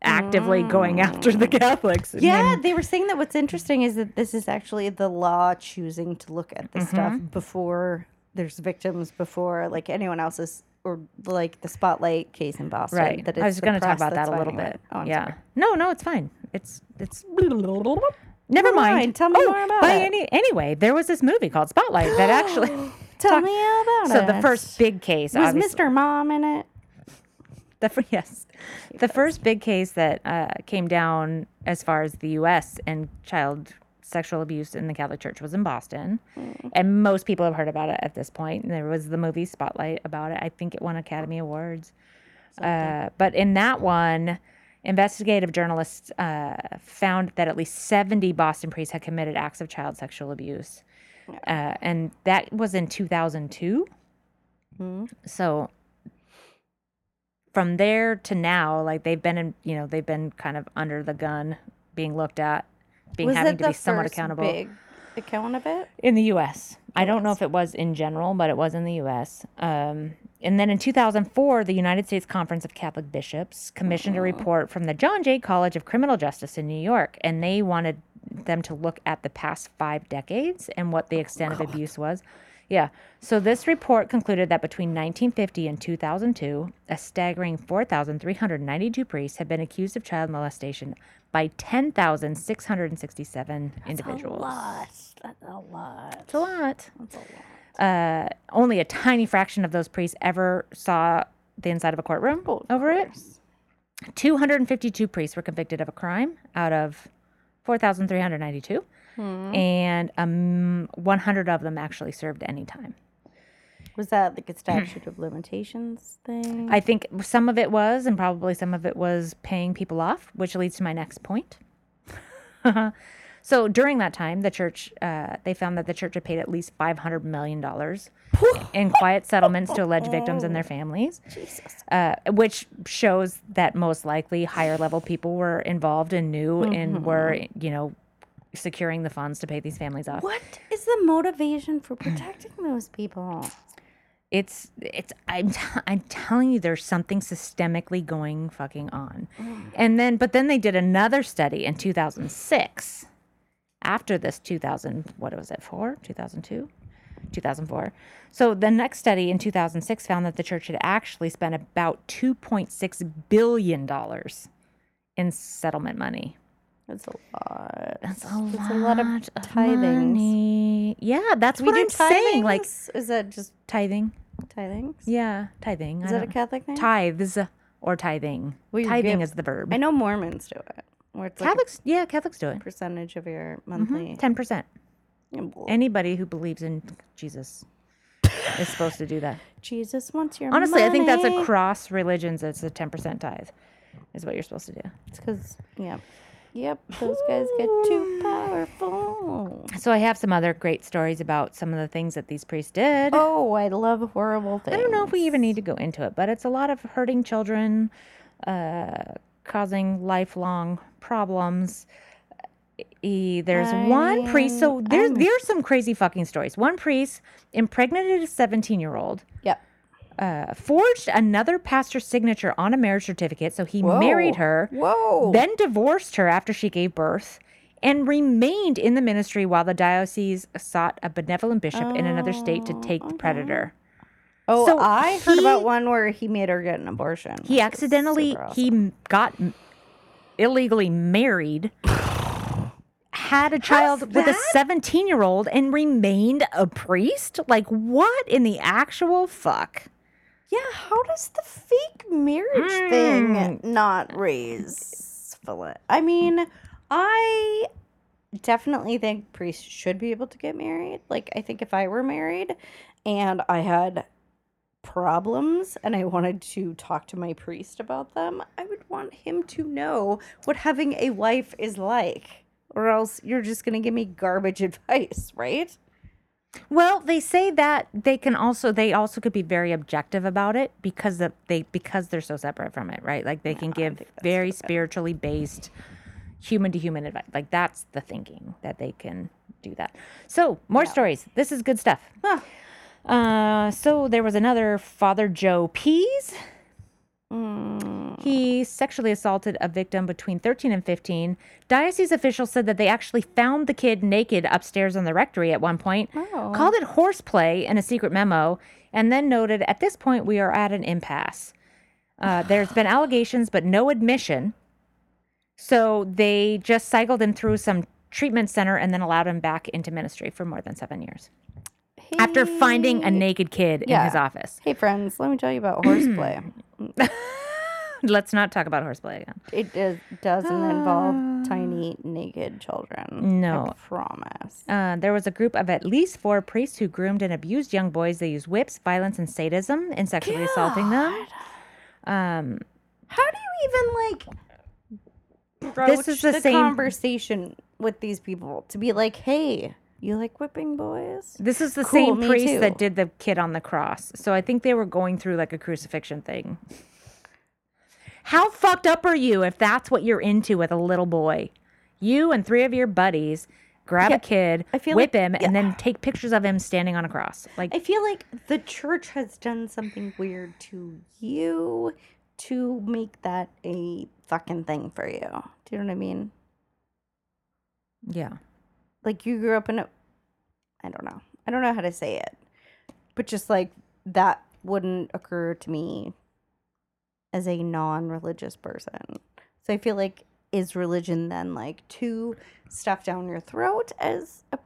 C: actively going after the Catholics. and
B: Mm. Yeah,
C: then-
B: they were saying that what's interesting is that this is actually the law choosing to look at this stuff
C: Mm-hmm.
B: before there's victims, before like anyone else's, or like the spotlight case in Boston.
C: right.
B: That
C: I was
B: the
C: going to talk
B: press
C: about that
B: that's
C: a little
B: fighting
C: bit.
B: it. Oh, I'm
C: yeah.
B: sorry.
C: No, no, it's fine. It's it's. Never
B: Never
C: mind.
B: mind. Tell me
C: oh,
B: more about
C: by
B: it.
C: any anyway, there was this movie called Spotlight that actually.
B: Tell me about
C: so
B: it.
C: the first big case
B: was
C: obviously-
B: Mr. Mom in it.
C: The, fir- yes, the first big case that uh, came down as far as the U.S. and child sexual abuse in the Catholic Church was in Boston, and most people have heard about it at this point. And there was the movie Spotlight about it. I think it won Academy Awards. Uh, but in that one, investigative journalists uh, found that at least 70 Boston priests had committed acts of child sexual abuse. Uh, and that was in 2002.
B: Hmm.
C: So from there to now, like they've been in, you know, they've been kind of under the gun, being looked at, being
B: Was
C: having
B: it
C: to
B: the
C: be somewhat
B: first
C: accountable
B: Big account of it.
C: in the U.S. I don't know if it was in general, but it was in the U.S. Um, and then in 2004, the United States Conference of Catholic Bishops commissioned a report from the John Jay College of Criminal Justice in New York, and they wanted them to look at the past five decades and what the extent of abuse was. Yeah. So this report concluded that between 1950 and 2002, a staggering 4,392 priests had been accused of child molestation by 10,667 individuals.
B: That's a lot.
C: It's a lot. Uh, only a tiny fraction of those priests ever saw the inside Oh, of a courtroom over it. 252 priests were convicted of a crime out of 4,392, Hmm. and um, 100 of them actually served any time.
B: Was that like a statute of limitations thing?
C: I think some of it was, and probably some of it was paying people off, which leads to my next point. so during that time, the church uh, they found that the church had paid at least five hundred million dollars in quiet settlements to alleged victims and their families, uh, which shows that most likely higher level people were involved and knew and were you know securing the funds to pay these families off.
B: What is the motivation for protecting those people?
C: it's it's I'm, t- I'm telling you there's something systemically going fucking on
B: Mm.
C: and then but then they did another study in 2006 after this 2000 what was it for 2002 2004 so the next study in 2006 found that the church had actually spent about 2.6 billion dollars in settlement money
B: That's a lot.
C: that's a,
B: That's a lot of
C: lot
B: tithings.
C: money. yeah that's
B: Do
C: what i'm saying like
B: tithings? is that just
C: tithing
B: tithings?
C: yeah tithing
B: Is
C: I
B: that a
C: don't-
B: Catholic thing?
C: tithes or tithing.
B: Well, you
C: tithing
B: give-
C: is the verb.
B: I know Mormons do it, where it's like
C: Catholics, yeah, Catholics do it.
B: a percentage of
C: Mm-hmm.
B: your monthly.
C: Ten percent.
B: Yeah, well,
C: Anybody who believes in Jesus is supposed to do that.
B: Jesus wants your
C: Honestly, I think that's
B: money.
C: across religions. It's a ten percent tithe, is what you're supposed to do.
B: because yep, yep, those guys get too powerful.
C: So I have some other great stories about some of the things that these priests did.
B: Oh, I love horrible things.
C: I don't know if we even need to go into it, but it's a lot of hurting children, uh, causing lifelong problems. E- There's one priest. So there's there's some crazy fucking stories. One priest impregnated a 17 year old,
B: Yep.
C: uh, forged another pastor's signature on a marriage certificate, so he married
B: Whoa.
C: her,
B: Whoa.
C: then divorced her after she gave birth. And remained in the ministry while the diocese sought a benevolent bishop in another state to take the predator.
B: Oh,
C: So
B: I heard about
C: he-
B: one where he made her get an abortion.
C: He accidentally he m- got m- illegally married, had a child with a 17 year old, and remained a priest. Like what in the actual fuck?
B: yeah. How does the fake marriage thing not raise fillet? I mean, I definitely think priests should be able to get married. Like, I think if I were married and I had problems and I wanted to talk to my priest about them, I would want him to know what having a wife is like. Or else you're just gonna give me garbage advice, right?
C: Well, they say that they can also they also could be very objective about it because of they because they're so separate from it, right? Like they can give very spiritually based human to human advice. Like that's the thinking that they can do that. So, more stories. This is good stuff. Uh, so there was another Father Joe Pease. He sexually assaulted a victim between 13 and 15. Diocese officials said that they actually found the kid naked upstairs in the rectory at one point, called it horseplay in a secret memo, and then noted at this point we are at an impasse. Uh, there's been allegations, but no admission. So they just cycled him through some treatment center and then allowed him back into ministry for more than seven years after finding a naked kid in his
B: Yeah.
C: office.
B: Hey friends, let me tell you about horseplay.
C: Let's not talk about horseplay again.
B: It does, doesn't involve tiny naked children.
C: No.
B: Ah. I promise.
C: Uh, there was a group of at least four priests who groomed and abused young boys. They used whips, violence, and sadism in sexually assaulting them. Um,
B: How do you even like
C: This is
B: broach
C: the same-
B: conversation with these people to be like, "Hey, you like whipping boys?"
C: This is the
B: Cool,
C: same
B: me
C: priest that
B: too.
C: did the kid on the cross. So I think they were going through like a crucifixion thing. How fucked up are you if that's what you're into with a little boy? You and three of your buddies grab
B: Yeah,
C: a kid,
B: I feel
C: whip
B: like-
C: him, and then take pictures of him standing on a cross. Like
B: I feel like the church has done something weird to you to make that a fucking thing for you. Do you know what I mean?
C: Yeah.
B: like you grew up in a I don't know. I don't know how to say it. But just like that wouldn't occur to me as a non-religious person. So I feel like is religion then like too stuffed down your throat as a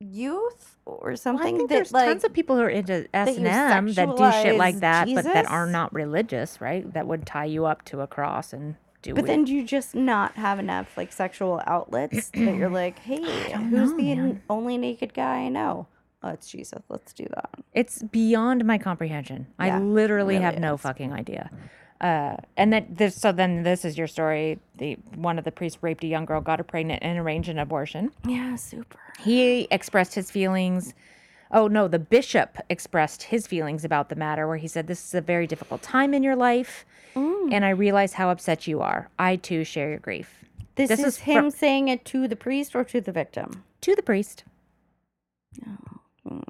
B: youth or
C: Well, I
B: something
C: think
B: that
C: there's
B: like
C: tons of people who are into S
B: you
C: and M that do shit like
B: sexualize
C: that, but that are
B: Jesus.
C: not religious, right? That would tie you up to a cross and do.
B: but
C: it.
B: then do you just not have enough like sexual outlets that you're like, hey, who's the n- only naked guy I know? Oh, it's Jesus. Let's do that.
C: it's beyond my comprehension. I
B: Yeah, it
C: literally
B: really
C: have no
B: is.
C: fucking idea. Uh, and then this, so then this is your story. The one of the priests raped a young girl, got her pregnant, and arranged an abortion.
B: Yeah, super.
C: He expressed his feelings. Oh, no, the bishop expressed his feelings about the matter, where he said, This is a very difficult time in your life,
B: Mm.
C: and I realize how upset you are. I too share your grief.
B: This,
C: This
B: is,
C: is fr-
B: him saying it to the priest or to the victim.
C: To the priest.
B: Oh.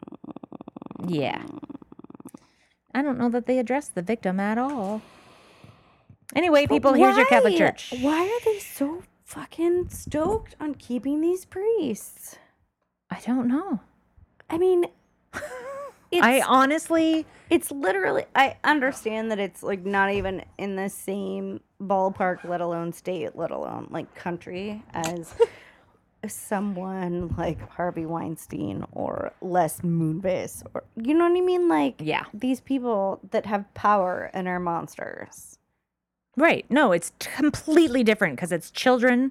C: Yeah. I don't know that they addressed the victim at all. Anyway, people, here's your Catholic
B: Why?
C: Church.
B: Why are they so fucking stoked on keeping these priests?
C: I don't know.
B: I mean, it's,
C: I honestly,
B: it's literally, I understand that it's like not even in the same ballpark, let alone state, let alone like country as someone like Harvey Weinstein or Les Moonves or, you know what I mean? Like,
C: Yeah.
B: these people that have power and are monsters.
C: right. No, it's t- completely different because it's children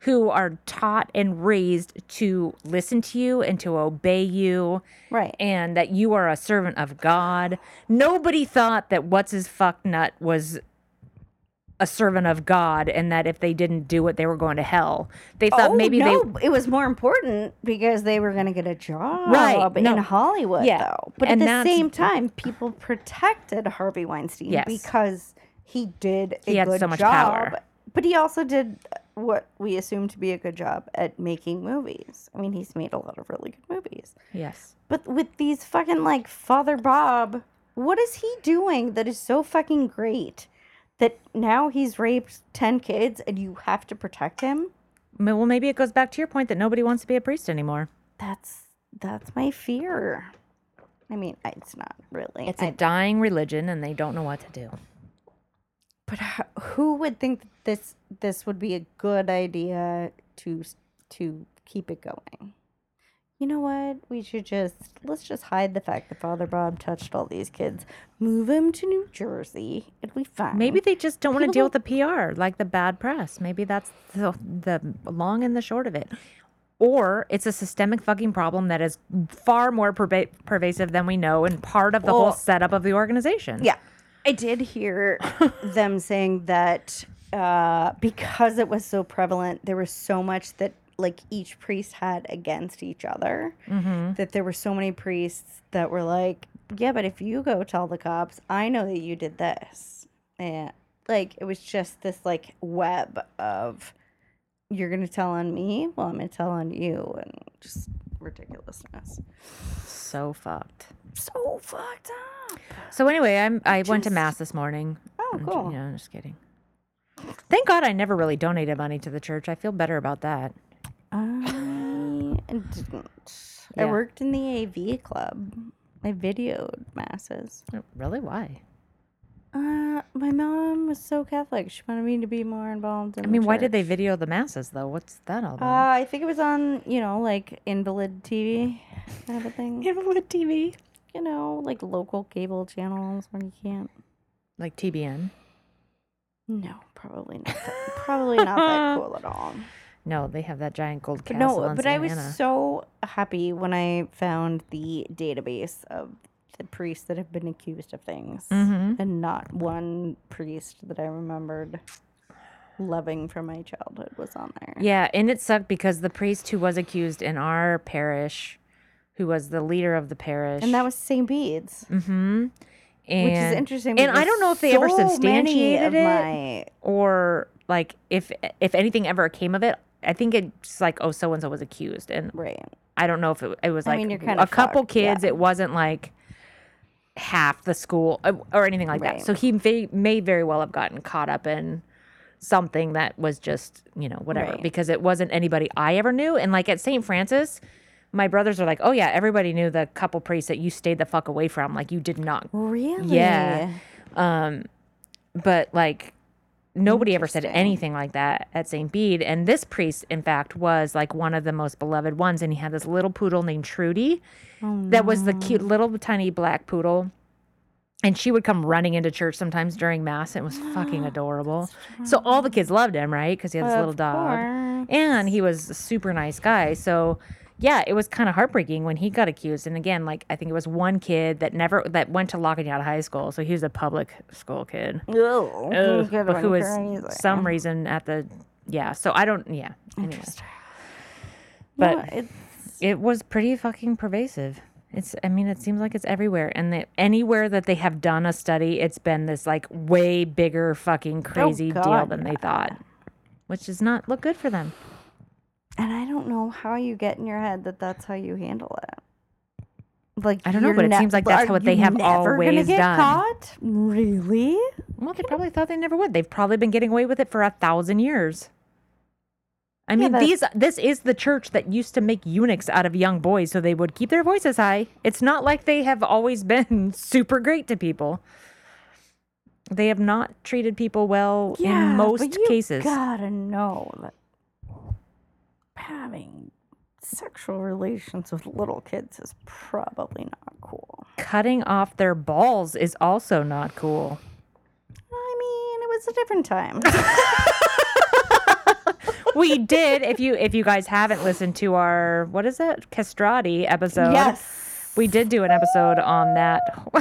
C: who are taught and raised to listen to you and to obey you
B: Right.
C: and that you are a servant of God. Nobody thought that what's his fuck nut was a servant of God and that if they didn't do it, they were going to hell. They thought maybe they.
B: Oh, no, it was more important because they were going to get a job
C: Right, no.
B: in Hollywood,
C: Yeah,
B: though. But
C: and
B: at the
C: that's-
B: same time, people protected Harvey Weinstein
C: Yes.
B: because he did a
C: He had
B: good
C: so much
B: job,
C: power.
B: but he also did what we assume to be a good job at making movies. I mean, he's made a lot of really good movies.
C: Yes.
B: But with these fucking like Father Bob, what is he doing that is so fucking great that now he's raped 10 kids and you have to protect him?
C: Ma- Well, maybe it goes back to your point that nobody wants to be a priest anymore.
B: That's that's my fear. I mean, it's not really.
C: It's a dying religion and they don't know what to do.
B: but h- who would think that this this would be a good idea to s- to keep it going? You know what? We should just let's just hide the fact that Father Bob touched all these kids. Move him to New Jersey. It'll be fine.
C: Maybe they just don't want to
B: People
C: deal with the PR, like the bad press. Maybe that's the, the long and the short of it. Or it's a systemic fucking problem that is far more perva- pervasive than we know and part of the whole
B: Well-
C: setup of the organization.
B: Yeah. I did hear them saying that uh, because it was so prevalent, there was so much that like each priest had against each other that there were so many priests that were like, yeah, but if you go tell the cops, I know that you did this. And like it was just this like web of you're going to tell on me, well, I'm going to tell on you and just ridiculousness.
C: So fucked.
B: So fucked up.
C: So anyway, I'm, I went to mass this morning.
B: Oh,
C: I'm j-
B: cool.
C: Yeah, I'm just kidding. Thank God I never really donated money to the church. I feel better about that.
B: I didn't. I
C: Yeah.
B: worked in the AV club. I videoed masses.
C: Really? Why?
B: Uh, my mom was so Catholic. She wanted me to be more involved in.
C: I mean, why did they video the masses though? What's that all
B: Uh,
C: about?
B: I think it was on, you know, like invalid TV kind of a thing.
C: Invalid TV.
B: You know, like local cable channels when you can't.
C: Like TBN.
B: No, probably not. That, probably not that cool at all.
C: No, they have that giant gold
B: But
C: castle.
B: no,
C: in
B: but I was
C: Santa Ana.
B: so happy when I found the database of the priests that have been accused of things,
C: Mm-hmm.
B: and not one priest that I remembered loving from my childhood was on there.
C: Yeah, and it sucked because the priest who was accused in our parish, who was the leader of the parish,
B: And that was St. Bede's, which is
C: and-
B: interesting.
C: And I
B: because
C: don't know if they ever
B: so many
C: substantiated
B: of
C: it,
B: My,
C: or like if if anything ever came of it. I think it's like oh, so and so was accused, and
B: right.
C: I don't know if it, it was
B: I
C: like
B: mean, you're kinda
C: a couple
B: fucked, yeah.
C: kids. It wasn't like half the school uh, or anything like
B: Right.
C: that. So he ve- may very well have gotten caught up in something that was just you know whatever
B: Right.
C: because it wasn't anybody I ever knew. And like at St. Francis, my brothers are like, oh yeah, everybody knew the couple priests that you stayed the fuck away from. Like you did not.
B: Really?
C: Yeah. But like. Nobody ever said
B: Interesting.
C: anything like that at St. Bede. And this priest, in fact, was like one of the most beloved ones. And he had this little poodle named Trudy
B: Oh,
C: that was the cute little tiny black poodle. And she would come running into church sometimes during mass. It was fucking adorable. So all the kids loved him, right? Because he had this
B: Of
C: little dog.
B: course.
C: And he was a super nice guy. So yeah, it was kind of heartbreaking when he got accused. And again, like I think it was one kid that never that went to Lockanyata High School. So he was a public school kid.
B: Ew.
C: Ugh,
B: Good
C: but
B: one,
C: who was
B: crazy.
C: some reason at the yeah. So I don't yeah. Anyway.
B: No,
C: but-
B: it's
C: It was pretty fucking pervasive. It's I mean it seems like it's everywhere and that anywhere that they have done a study it's been this like way bigger fucking crazy deal
B: God,
C: than they thought. Which does not look good for them.
B: And I don't know how you get in your head that that's how you handle it. Like
C: I don't know,
B: you're
C: but it
B: ne-
C: seems like that's
B: are
C: what they
B: you
C: have
B: never gonna
C: always
B: get
C: done.
B: Caught? Really?
C: Well, they probably thought they never would. They've probably been getting away with it for a thousand years. I mean,
B: but-
C: these this is the church that used to make eunuchs out of young boys so they would keep their voices high. It's not like they have always been super great to people. They have not treated people well in most
B: but you
C: cases.
B: gotta know that having sexual relations with little kids is probably not cool.
C: Cutting off their balls is also not cool.
B: I mean, it was a different time.
C: we did. If you if you guys haven't listened to our what is it Castrati episode,
B: Yes.
C: we did do an episode on that.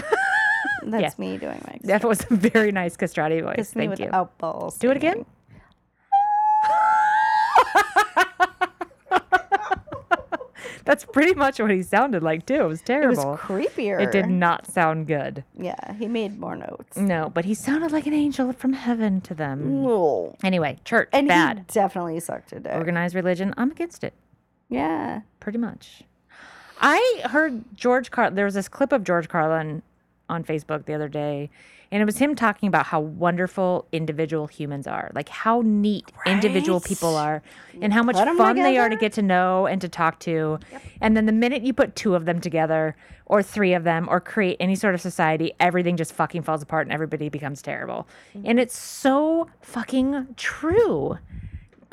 B: That's
C: Yes.
B: me doing my
C: that was a very nice Castrati voice.
B: Kiss me
C: Thank you.
B: without balls.
C: Do it again. That's pretty much what he sounded like too. It was
B: It was
C: terrible.
B: creepier.
C: It did not sound good.
B: Yeah, he made more notes.
C: No, but he sounded like an angel from heaven to them.
B: Ugh.
C: Anyway, church
B: And
C: bad.
B: he definitely sucked a dick.
C: Organized religion, I'm against it.
B: yeah.
C: pretty much. I heard George Car. There was this clip of George Carlin on Facebook the other day, and it was him talking about how wonderful individual humans are, like how neat individual people are, and how much
B: Put 'em
C: fun they are to
B: together.
C: get to know and to talk to. And then the minute you put two of them together, or three of them, or create any sort of society, everything just fucking falls apart and everybody becomes terrible.
B: Mm-hmm.
C: And it's so fucking true.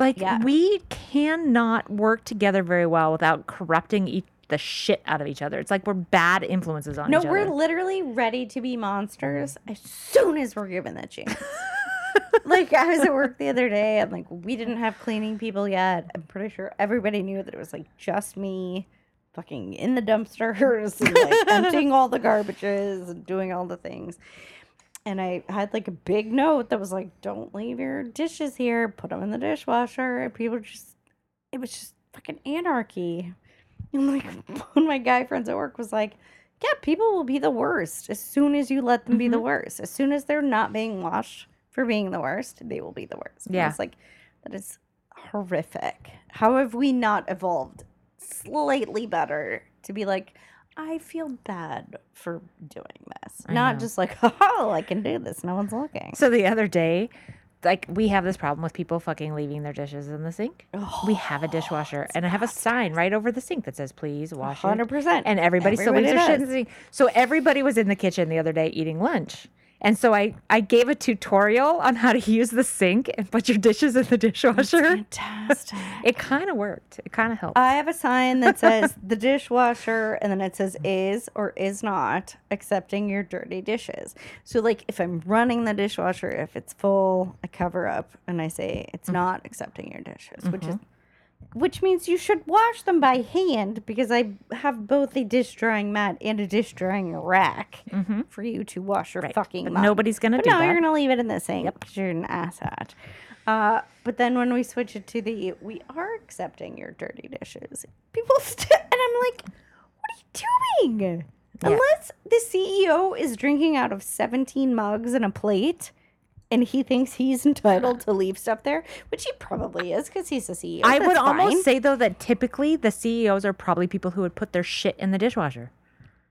C: Like
B: Yeah.
C: we cannot work together very well without corrupting each, the shit out of each other. It's like we're bad influences on
B: No,
C: each
B: we're
C: other.
B: literally ready to be monsters as soon as we're given that chance. like I was at work the other day and like we didn't have cleaning people yet. I'm pretty sure everybody knew that it was like just me fucking in the dumpsters and like emptying all the garbages and doing all the things. And I had like a big note that was like, "Don't leave your dishes here. Put them in the dishwasher." And people just, it was just fucking anarchy. And like one of my guy friends at work was like, "Yeah, people will be the worst as soon as you let them be the worst. As soon as they're not being washed for being the worst, they will be the worst." And I
C: Yeah.
B: was like, "That is horrific. How have we not evolved slightly better to be like?" I feel bad for doing this. Not just like, oh, I can do this. No one's looking.
C: so the other day, like we have this problem with people fucking leaving their dishes in the sink. we have a dishwasher, and I have a sign right over the sink that says, "Please wash it."
B: 100%.
C: And everybody, still leaves
B: Everybody
C: their shit in
B: does.
C: the sink. So everybody was in the kitchen the other day eating lunch. And so I, I gave a tutorial on how to use the sink and put your dishes in the dishwasher.
B: Fantastic.
C: It kind of worked. It kind of helped.
B: I have a sign that says the dishwasher, and then it says is or is not accepting your dirty dishes. So, like, if I'm running the dishwasher, if it's full, I cover up and I say it's not accepting your dishes, which is. Which means you should wash them by hand because I have both a dish drying mat and a dish drying rack for you to wash your fucking.
C: Mm-hmm. But
B: mug.
C: nobody's gonna
B: But
C: do
B: no,
C: that.
B: you're gonna leave it in the sink because you're an asshat. Uh, but then when we switch it to the we are accepting your dirty dishes, people st- and I'm like, what are you doing? Unless the CEO is drinking out of 17 mugs and a plate. And he thinks he's entitled to leave stuff there, which he probably is because he's a CEO.
C: I
B: That's
C: would
B: fine.
C: almost say though that typically the CEOs are probably people who would put their shit in the dishwasher.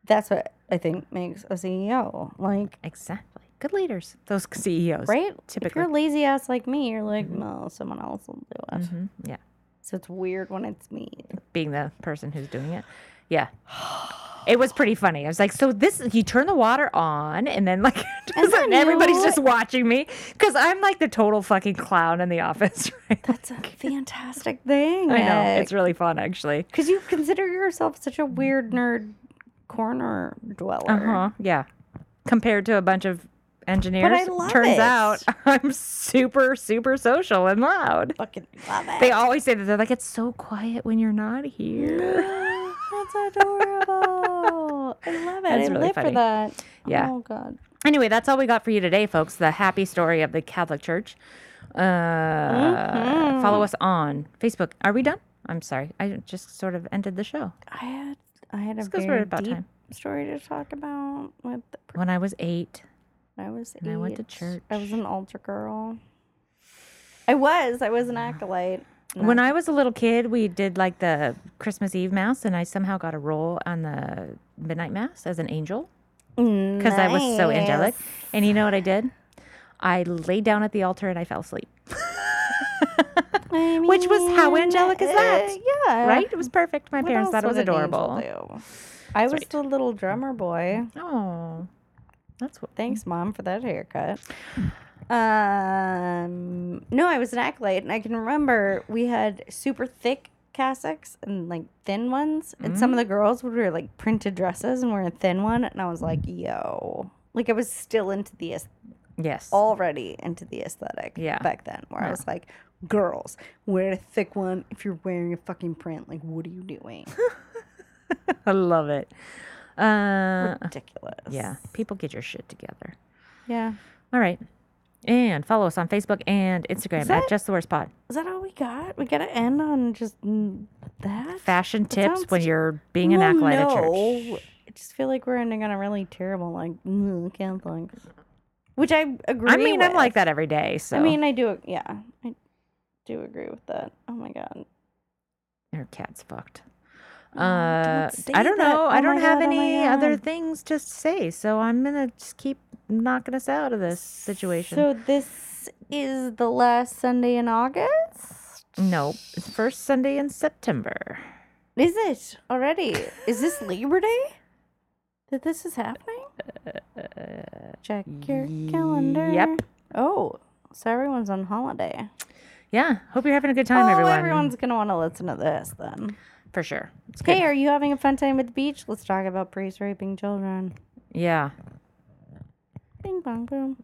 B: that's what I think makes a CEO. Like,
C: Exactly. Good leaders. Those CEOs.
B: right? If
C: Typically. Mm-hmm.
B: you're a lazy ass like me, you're like, no, someone else will do it.
C: Mhm, Yeah.
B: So it's weird when it's me.
C: Being the person who's doing it. Yeah. It was pretty funny. I was like, so this you turn the water on and then like just-
B: then
C: everybody's
B: you-
C: just watching me cuz I'm like the total fucking clown in the office, right?
B: That's a fantastic thing.
C: I know. It's really fun actually.
B: because you consider yourself such a weird nerd corner dweller.
C: Uh-huh. Yeah. Compared to a bunch of engineers,
B: love
C: turns
B: it.
C: out I'm super super social and loud.
B: Fucking love it.
C: They always say that they're like, it's so quiet when you're not here.
B: That's adorable. I love it.
C: That's
B: I
C: really
B: live
C: funny.
B: for that.
C: Yeah.
B: Oh god.
C: anyway, that's all we got for you today, folks. The happy story of the Catholic Church. Uh, Follow us on Facebook. Are we done? I'm sorry. I just sort of ended the show.
B: I had I had a
C: 'cause we're
B: very
C: about
B: deep
C: time.
B: story to talk about. With the,
C: When I was eight,
B: I was
C: And I went to
B: eight. I was
C: church.
B: an altar girl. I was. I was an acolyte.
C: when I was a little kid, we did like the Christmas Eve mass, and I somehow got a role on the midnight mass as an angel because I was so angelic. And you know what I did? I laid down at the altar and I fell asleep,
B: I
C: which was how
B: mean,
C: angelic is
B: uh,
C: that?
B: yeah.
C: right? It was perfect. My
B: What else
C: parents thought it was
B: would an angel
C: adorable.
B: do? I was the little drummer boy.
C: Oh, that's what.
B: Thanks, mom, for that haircut. Um, no, I was an acolyte, and I can remember we had super thick cassocks and like thin ones, and some of
C: Mm.
B: the girls would wear like printed dresses and wear a thin one, and I was like, yo, like I was still into the aes-
C: Yes.
B: already into the aesthetic
C: Yeah.
B: back then where I was like, girls, wear a thick one if you're wearing a fucking print. Like, what are you doing?
C: I love it. Uh,
B: Ridiculous.
C: yeah. People get your shit together.
B: Yeah.
C: All right. And follow us on Facebook and Instagram at
B: that-
C: Just the Worst Pod.
B: Is that all we got? We got to end on just mm, that?
C: Fashion tips
B: sounds
C: when
B: j-
C: you're being an acolyte at church.
B: I just feel like we're ending on a really terrible, like, mm, can't think. Which I agree
C: I mean, I'm
B: with.
C: like that every day. So
B: I mean, I do, yeah. I do agree with that. Oh my God.
C: your cat's fucked.
B: Oh, don't
C: Uh,
B: say
C: I don't
B: that.
C: know.
B: Oh
C: I
B: my
C: don't have
B: God, oh my
C: any other
B: God.
C: things to say, so I'm gonna just keep knocking us out of this situation.
B: So this is the last Sunday in August?
C: nope, it's first Sunday in September.
B: Is it already? Is this Labor Day? That this is happening? Check your calendar.
C: yep.
B: Oh, so everyone's on holiday.
C: Yeah, hope you're having a good time,
B: oh,
C: everyone.
B: everyone's gonna want to listen to this then.
C: for sure. It's good.
B: Hey, er are you having a fun time at the beach? Let's talk about priests raping children.
C: Yeah.
B: Bing bong boom.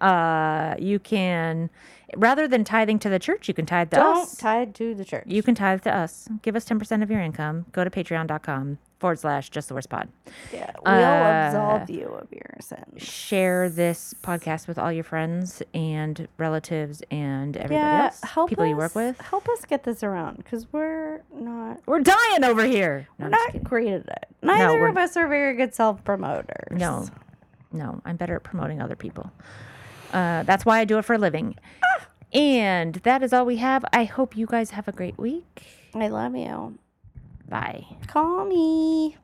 C: Uh, you can rather than tithing to the church, you can tithe to us.
B: Don't tie it to the church.
C: You can tithe to us. Give us 10% of your income. Go to patreon.com forward slash just the worst pod.
B: yeah, we'll
C: uh,
B: absolve you of your sins.
C: Share this podcast with all your friends and relatives and everybody
B: Yeah,
C: else.
B: help
C: people
B: us,
C: you work with.
B: Help us get this around because we're not
C: We're dying over here.
B: we're
C: No, I'm just
B: not
C: kidding.
B: great at it. Neither
C: we're-
B: of us are very good self promoters.
C: No, no, I'm better at promoting other people. Uh, that's why I do it for a living.
B: Ah.
C: And that is all we have. I hope you guys have a great week.
B: I love you.
C: Bye.
B: Call me.